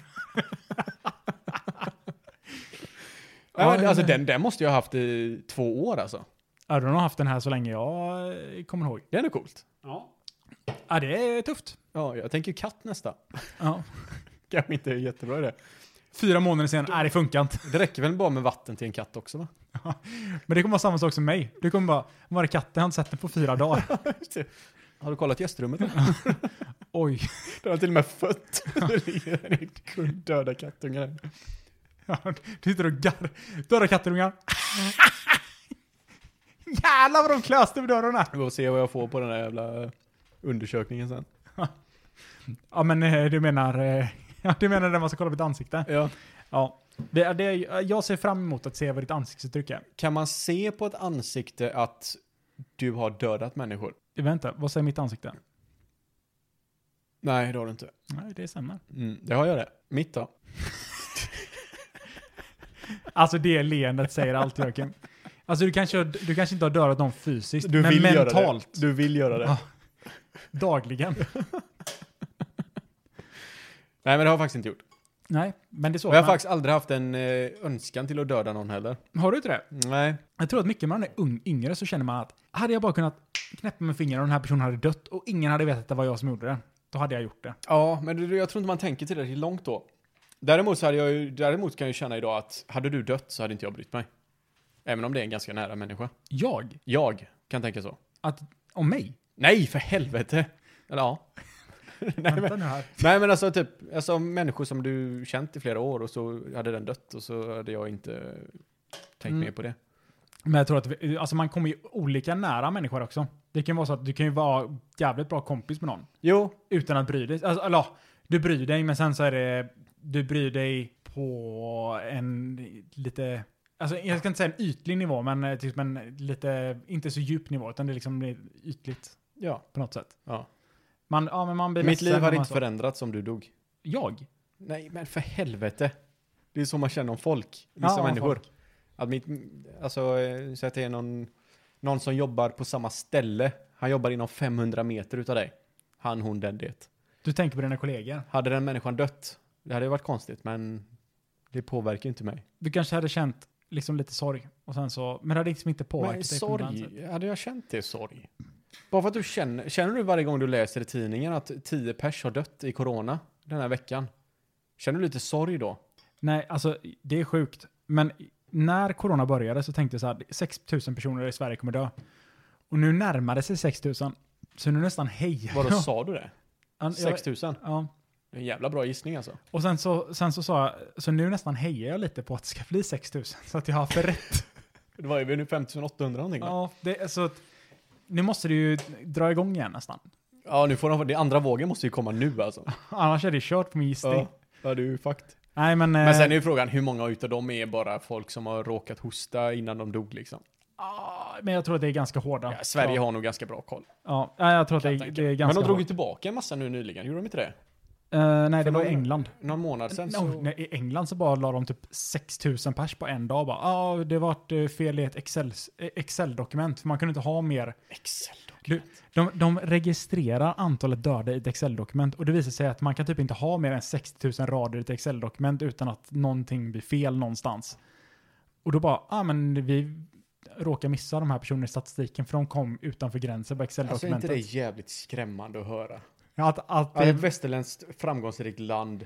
Speaker 1: Ja,
Speaker 3: ja, men alltså
Speaker 1: ja.
Speaker 3: den, den måste jag ha haft i två år alltså.
Speaker 1: Ja, hon har haft den här så länge jag eh, kommer ihåg.
Speaker 3: Det är ändå coolt.
Speaker 4: Ja.
Speaker 1: Ja, det är tufft.
Speaker 3: Ja, jag tänker katt nästa.
Speaker 1: Ja.
Speaker 3: Kanske inte är jättebra i det.
Speaker 1: Fyra månader sen, nej det funkar inte.
Speaker 3: Det räcker väl bara med vatten till en katt också va?
Speaker 1: Men det kommer vara samma sak som mig. Du kommer bara, var är katten? Jag har inte sett den på fyra dagar.
Speaker 3: Har du kollat gästrummet?
Speaker 1: Oj.
Speaker 3: Den har till och med fött. Det ligger där i kund- döda kattungar.
Speaker 1: Du sitter och garvar. Döda kattungar. Jävlar vad de klöste med dörrarna.
Speaker 3: Vi får se vad jag får på den där jävla eh, undersökningen sen.
Speaker 1: Ja men eh, du menar, eh, ja, du menar när man ska kolla på ditt ansikte?
Speaker 3: Ja.
Speaker 1: Ja. Det, det, jag ser fram emot att se vad ditt ansiktsuttryck är.
Speaker 3: Kan man se på ett ansikte att du har dödat människor?
Speaker 1: Vänta, vad säger mitt ansikte?
Speaker 3: Nej, det har du inte.
Speaker 1: Nej, det stämmer.
Speaker 3: Mm, det har jag det. Mitt då?
Speaker 1: Alltså det leendet säger allt Joakim. Alltså du kanske, du kanske inte har dödat någon fysiskt,
Speaker 3: Du
Speaker 1: men
Speaker 3: vill
Speaker 1: mentalt.
Speaker 3: göra det. Du vill göra det.
Speaker 1: Ja. Dagligen.
Speaker 3: Nej, men det har jag faktiskt inte gjort.
Speaker 1: Nej, men det är så.
Speaker 3: Och jag har
Speaker 1: Men-
Speaker 3: faktiskt aldrig haft en eh, önskan till att döda någon heller.
Speaker 1: Har du inte det?
Speaker 3: Nej.
Speaker 1: Jag tror att mycket när man är ung, yngre så känner man att hade jag bara kunnat knäppa med fingrarna och den här personen hade dött och ingen hade vetat att det var jag som gjorde det, då hade jag gjort det.
Speaker 3: Ja, men det- jag tror inte man tänker tillräckligt långt då. Däremot, så hade jag, ju- däremot kan jag ju känna idag att hade du dött så hade inte jag brytt mig. Även om det är en ganska nära människa.
Speaker 1: Jag?
Speaker 3: Jag kan tänka så.
Speaker 1: Att, om mig?
Speaker 3: Nej, för helvete! Eller ja. Nej, men,
Speaker 1: Vänta nu här.
Speaker 3: nej, men alltså typ, alltså människor som du känt i flera år och så hade den dött och så hade jag inte tänkt
Speaker 1: Mm.
Speaker 3: mer på det.
Speaker 1: Men jag tror att vi, alltså man kommer ju olika nära människor också. Det kan ju vara så att du kan ju vara jävligt bra kompis med någon
Speaker 3: Jo,
Speaker 1: utan att bry dig. Alltså, eller ja, du bryr dig men sen så är det, du bryr dig på en lite, alltså jag ska inte säga en ytlig nivå men eh, typ en lite, inte så djup nivå utan det är liksom blir ytligt.
Speaker 3: ja.
Speaker 1: på något sätt.
Speaker 3: Ja.
Speaker 1: Man, ja, men man blir
Speaker 3: Mitt
Speaker 1: ledsen
Speaker 3: liv
Speaker 1: när
Speaker 3: hade
Speaker 1: man
Speaker 3: inte
Speaker 1: så-
Speaker 3: förändrats om du dog.
Speaker 1: Jag?
Speaker 3: Nej, men för helvete. Det är så man känner om folk, vissa
Speaker 1: Ja, om
Speaker 3: människor.
Speaker 1: folk.
Speaker 3: Att mitt, alltså, eh, så att det är någon, någon som jobbar på samma ställe. Han jobbar inom 500 meter utav dig. Han, hon, den, det.
Speaker 1: Du tänker på dina kollegor.
Speaker 3: Hade den människan dött, det hade ju varit konstigt, men det påverkar ju inte mig.
Speaker 1: Du kanske hade känt liksom lite sorg. Och sen så, men det hade liksom inte påverkat
Speaker 3: Men
Speaker 1: dig på något annat sätt.
Speaker 3: sorg, hade jag känt det sorg? Bara för att du känner, känner du varje gång du läser i tidningen att 10 pers har dött i corona den här veckan? Känner du lite sorg då?
Speaker 1: Nej, alltså det är sjukt. Men när corona började så tänkte jag så här, 6 000 personer i Sverige kommer dö. Och nu närmar det sig 6 000. Så nu nästan hejar
Speaker 3: Vadå,
Speaker 1: jag.
Speaker 3: sa du det?
Speaker 1: Ja, jag-
Speaker 3: 6000?
Speaker 1: Ja.
Speaker 3: Det är En jävla bra gissning alltså.
Speaker 1: Och sen så, sen så sa jag, så nu nästan hejar jag lite på att det ska bli 6 000. Så att jag har för rätt.
Speaker 3: Det var ju nu 5800 någonting va?
Speaker 1: ja, det, är så att, nu måste det ju dra igång igen nästan.
Speaker 3: Ja, nu får de, den andra vågen måste ju komma nu alltså.
Speaker 1: Annars är det kört på min gissning.
Speaker 3: Ja, ja det är ju fakt.
Speaker 1: Nej men... eh,
Speaker 3: Men sen är ju frågan hur många utav dem är bara folk som har råkat hosta innan de dog liksom.
Speaker 1: ah, men jag tror att det är ganska hårda.
Speaker 3: Ja, Sverige
Speaker 1: ja.
Speaker 3: har nog ganska bra koll.
Speaker 1: Ja, nej, jag tror att det
Speaker 3: kan
Speaker 1: är,
Speaker 3: jag
Speaker 1: det är
Speaker 3: tänka. Men
Speaker 1: ganska
Speaker 3: de drog ju
Speaker 1: hårt.
Speaker 3: tillbaka en massa nu nyligen, gjorde de inte det?
Speaker 1: Eh, nej, det
Speaker 3: för
Speaker 1: var i
Speaker 3: de-
Speaker 1: England.
Speaker 3: Någon månad sen så...
Speaker 1: No, nej, I England så bara la de typ 6000 pers på en dag. Bara, ah, det var ett eh, fel i ett Excel- eh, Excel-dokument, för man kunde inte ha mer.
Speaker 3: Excel då.
Speaker 1: Du, de, de registrerar antalet döda i ett Excel-dokument och det visar sig att man kan typ inte ha mer än 60 000 rader i ett Excel-dokument utan att någonting blir fel någonstans. Och då bara, ah men vi råkar missa de här personerna i statistiken för de kom utanför gränsen på
Speaker 3: Alltså är inte
Speaker 1: Excel-dokumentet.
Speaker 3: det jävligt skrämmande att höra?
Speaker 1: Att, att
Speaker 3: Att
Speaker 1: det,
Speaker 3: ett västerländskt framgångsrikt land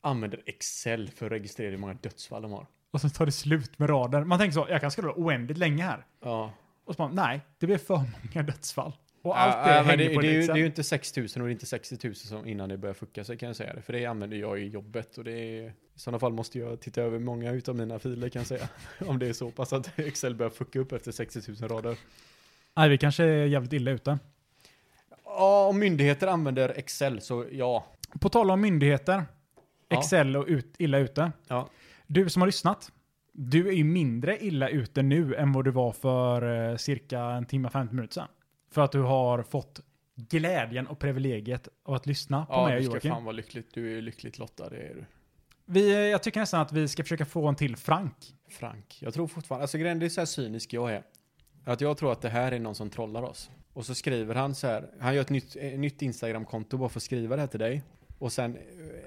Speaker 3: använder Excel för att registrera hur många dödsfall de har.
Speaker 1: och sen tar det slut med rader. Man tänker så, jag kan scrolla oändligt länge här.
Speaker 3: Ja.
Speaker 1: Och så bara, nej, det blir för många dödsfall. Och
Speaker 3: Ja,
Speaker 1: allt det
Speaker 3: ja, men
Speaker 1: hänger
Speaker 3: det,
Speaker 1: på
Speaker 3: det, är ju, det
Speaker 1: Excel.
Speaker 3: är ju inte 6 000 och det är inte 60 000 som innan det börjar fucka sig kan jag säga det. För det använder jag i jobbet och det är, i sådana fall måste jag titta över många utav mina filer kan jag säga. Om det är så pass att Excel börjar fucka upp efter 60 000 rader.
Speaker 1: Nej, vi kanske är jävligt illa ute.
Speaker 3: Ja, om myndigheter använder Excel så ja.
Speaker 1: På tal om myndigheter,
Speaker 3: Ja.
Speaker 1: Excel och ut, illa ute.
Speaker 3: Ja.
Speaker 1: Du som har lyssnat, du är ju mindre illa ute nu än vad du var för eh, cirka en timme, 50 minuter sedan. För att du har fått glädjen och privilegiet av att lyssna på
Speaker 3: Ja,
Speaker 1: mig och
Speaker 3: du ska
Speaker 1: Joakim.
Speaker 3: fan vara lyckligt. Du är ju lyckligt lottad, det är du.
Speaker 1: Vi, eh, jag tycker nästan att vi ska försöka få en till Frank.
Speaker 3: Frank. Jag tror fortfarande, alltså grejen det är så här cynisk jag är. Att jag tror att det här är någon som trollar oss. Och så skriver han så här, han gör ett nytt, eh, nytt Instagram-konto bara för att skriva det här till dig. Och sen, eh,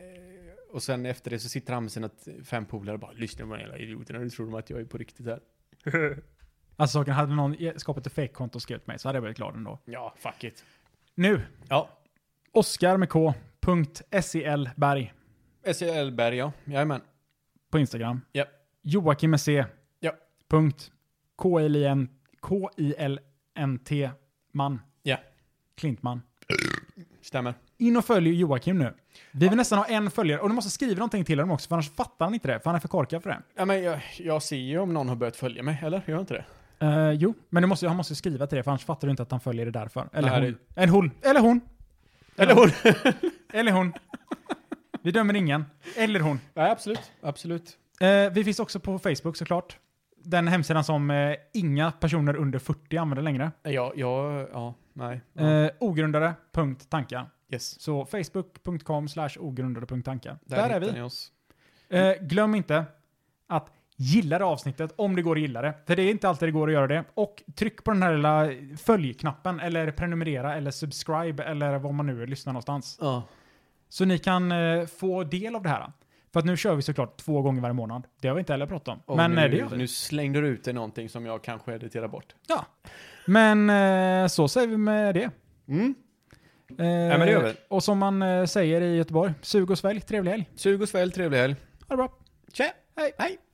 Speaker 3: och sen efter det så sitter han med sina t- fem polare och bara lyssna på de här jävla idioterna, nu tror de att jag är på riktigt här.
Speaker 1: Alltså saken, hade någon ge- skapat ett fake-konto och skrivit mig så hade jag blivit glad ändå.
Speaker 3: Ja, fuck it.
Speaker 1: Nu,
Speaker 3: Ja,
Speaker 1: Oskar med K. punkt SEL Berg
Speaker 3: SEL E Berg ja, jajamän.
Speaker 1: på Instagram.
Speaker 3: Japp.
Speaker 1: Joakim med C.
Speaker 3: Japp.
Speaker 1: Punkt K-I-L-N- K-I-L-N-T man.
Speaker 3: Ja.
Speaker 1: Klintman.
Speaker 3: Stämmer.
Speaker 1: In och följ Joakim nu. Vi vill nästan ha en följare. Och du måste skriva någonting till honom också, för annars fattar han inte det. För han är för korkad för det.
Speaker 3: Ja, men jag, jag ser ju om någon har börjat följa mig, eller? Gör jag inte det?
Speaker 1: Eh, jo, men du måste, han måste ju skriva till det, för annars fattar du inte att han följer det därför. Eller
Speaker 3: Nej,
Speaker 1: hon. Eller hon. Eller hon.
Speaker 3: Eller hon?
Speaker 1: Eller hon. Vi dömer ingen. Eller hon.
Speaker 3: Nej, absolut. Absolut.
Speaker 1: Eh, vi finns också på Facebook såklart. Den hemsidan som eh, inga personer under 40 använder längre.
Speaker 3: Ja, ja, ja, nej. Ja.
Speaker 1: Eh, ogrundade.tankar.
Speaker 3: yes.
Speaker 1: Så facebook.com slash ogrundade.tankar. Där, är
Speaker 3: hittar
Speaker 1: vi.
Speaker 3: ni oss.
Speaker 1: Eh, glöm inte att gilla det avsnittet om det går att gilla det. För det är inte alltid det går att göra det. Och tryck på den här lilla följknappen eller prenumerera eller subscribe eller var man nu lyssnar någonstans.
Speaker 3: Ja.
Speaker 1: Så ni kan eh, få del av det här. För att nu kör vi såklart två gånger varje månad. Det har vi inte heller pratat om.
Speaker 3: Och
Speaker 1: men
Speaker 3: nu,
Speaker 1: eh, det gör vi.
Speaker 3: nu slängde du ut dig någonting som jag kanske editerar bort.
Speaker 1: Ja. Men eh, så säger vi med det.
Speaker 3: Mm.
Speaker 1: Eh,
Speaker 3: men det gör vi.
Speaker 1: Och som man eh, säger i Göteborg, sug och svälj, trevlig helg.
Speaker 3: Sug och svälj, trevlig helg.
Speaker 1: Ha det bra.
Speaker 3: Tja! Hej! Hej!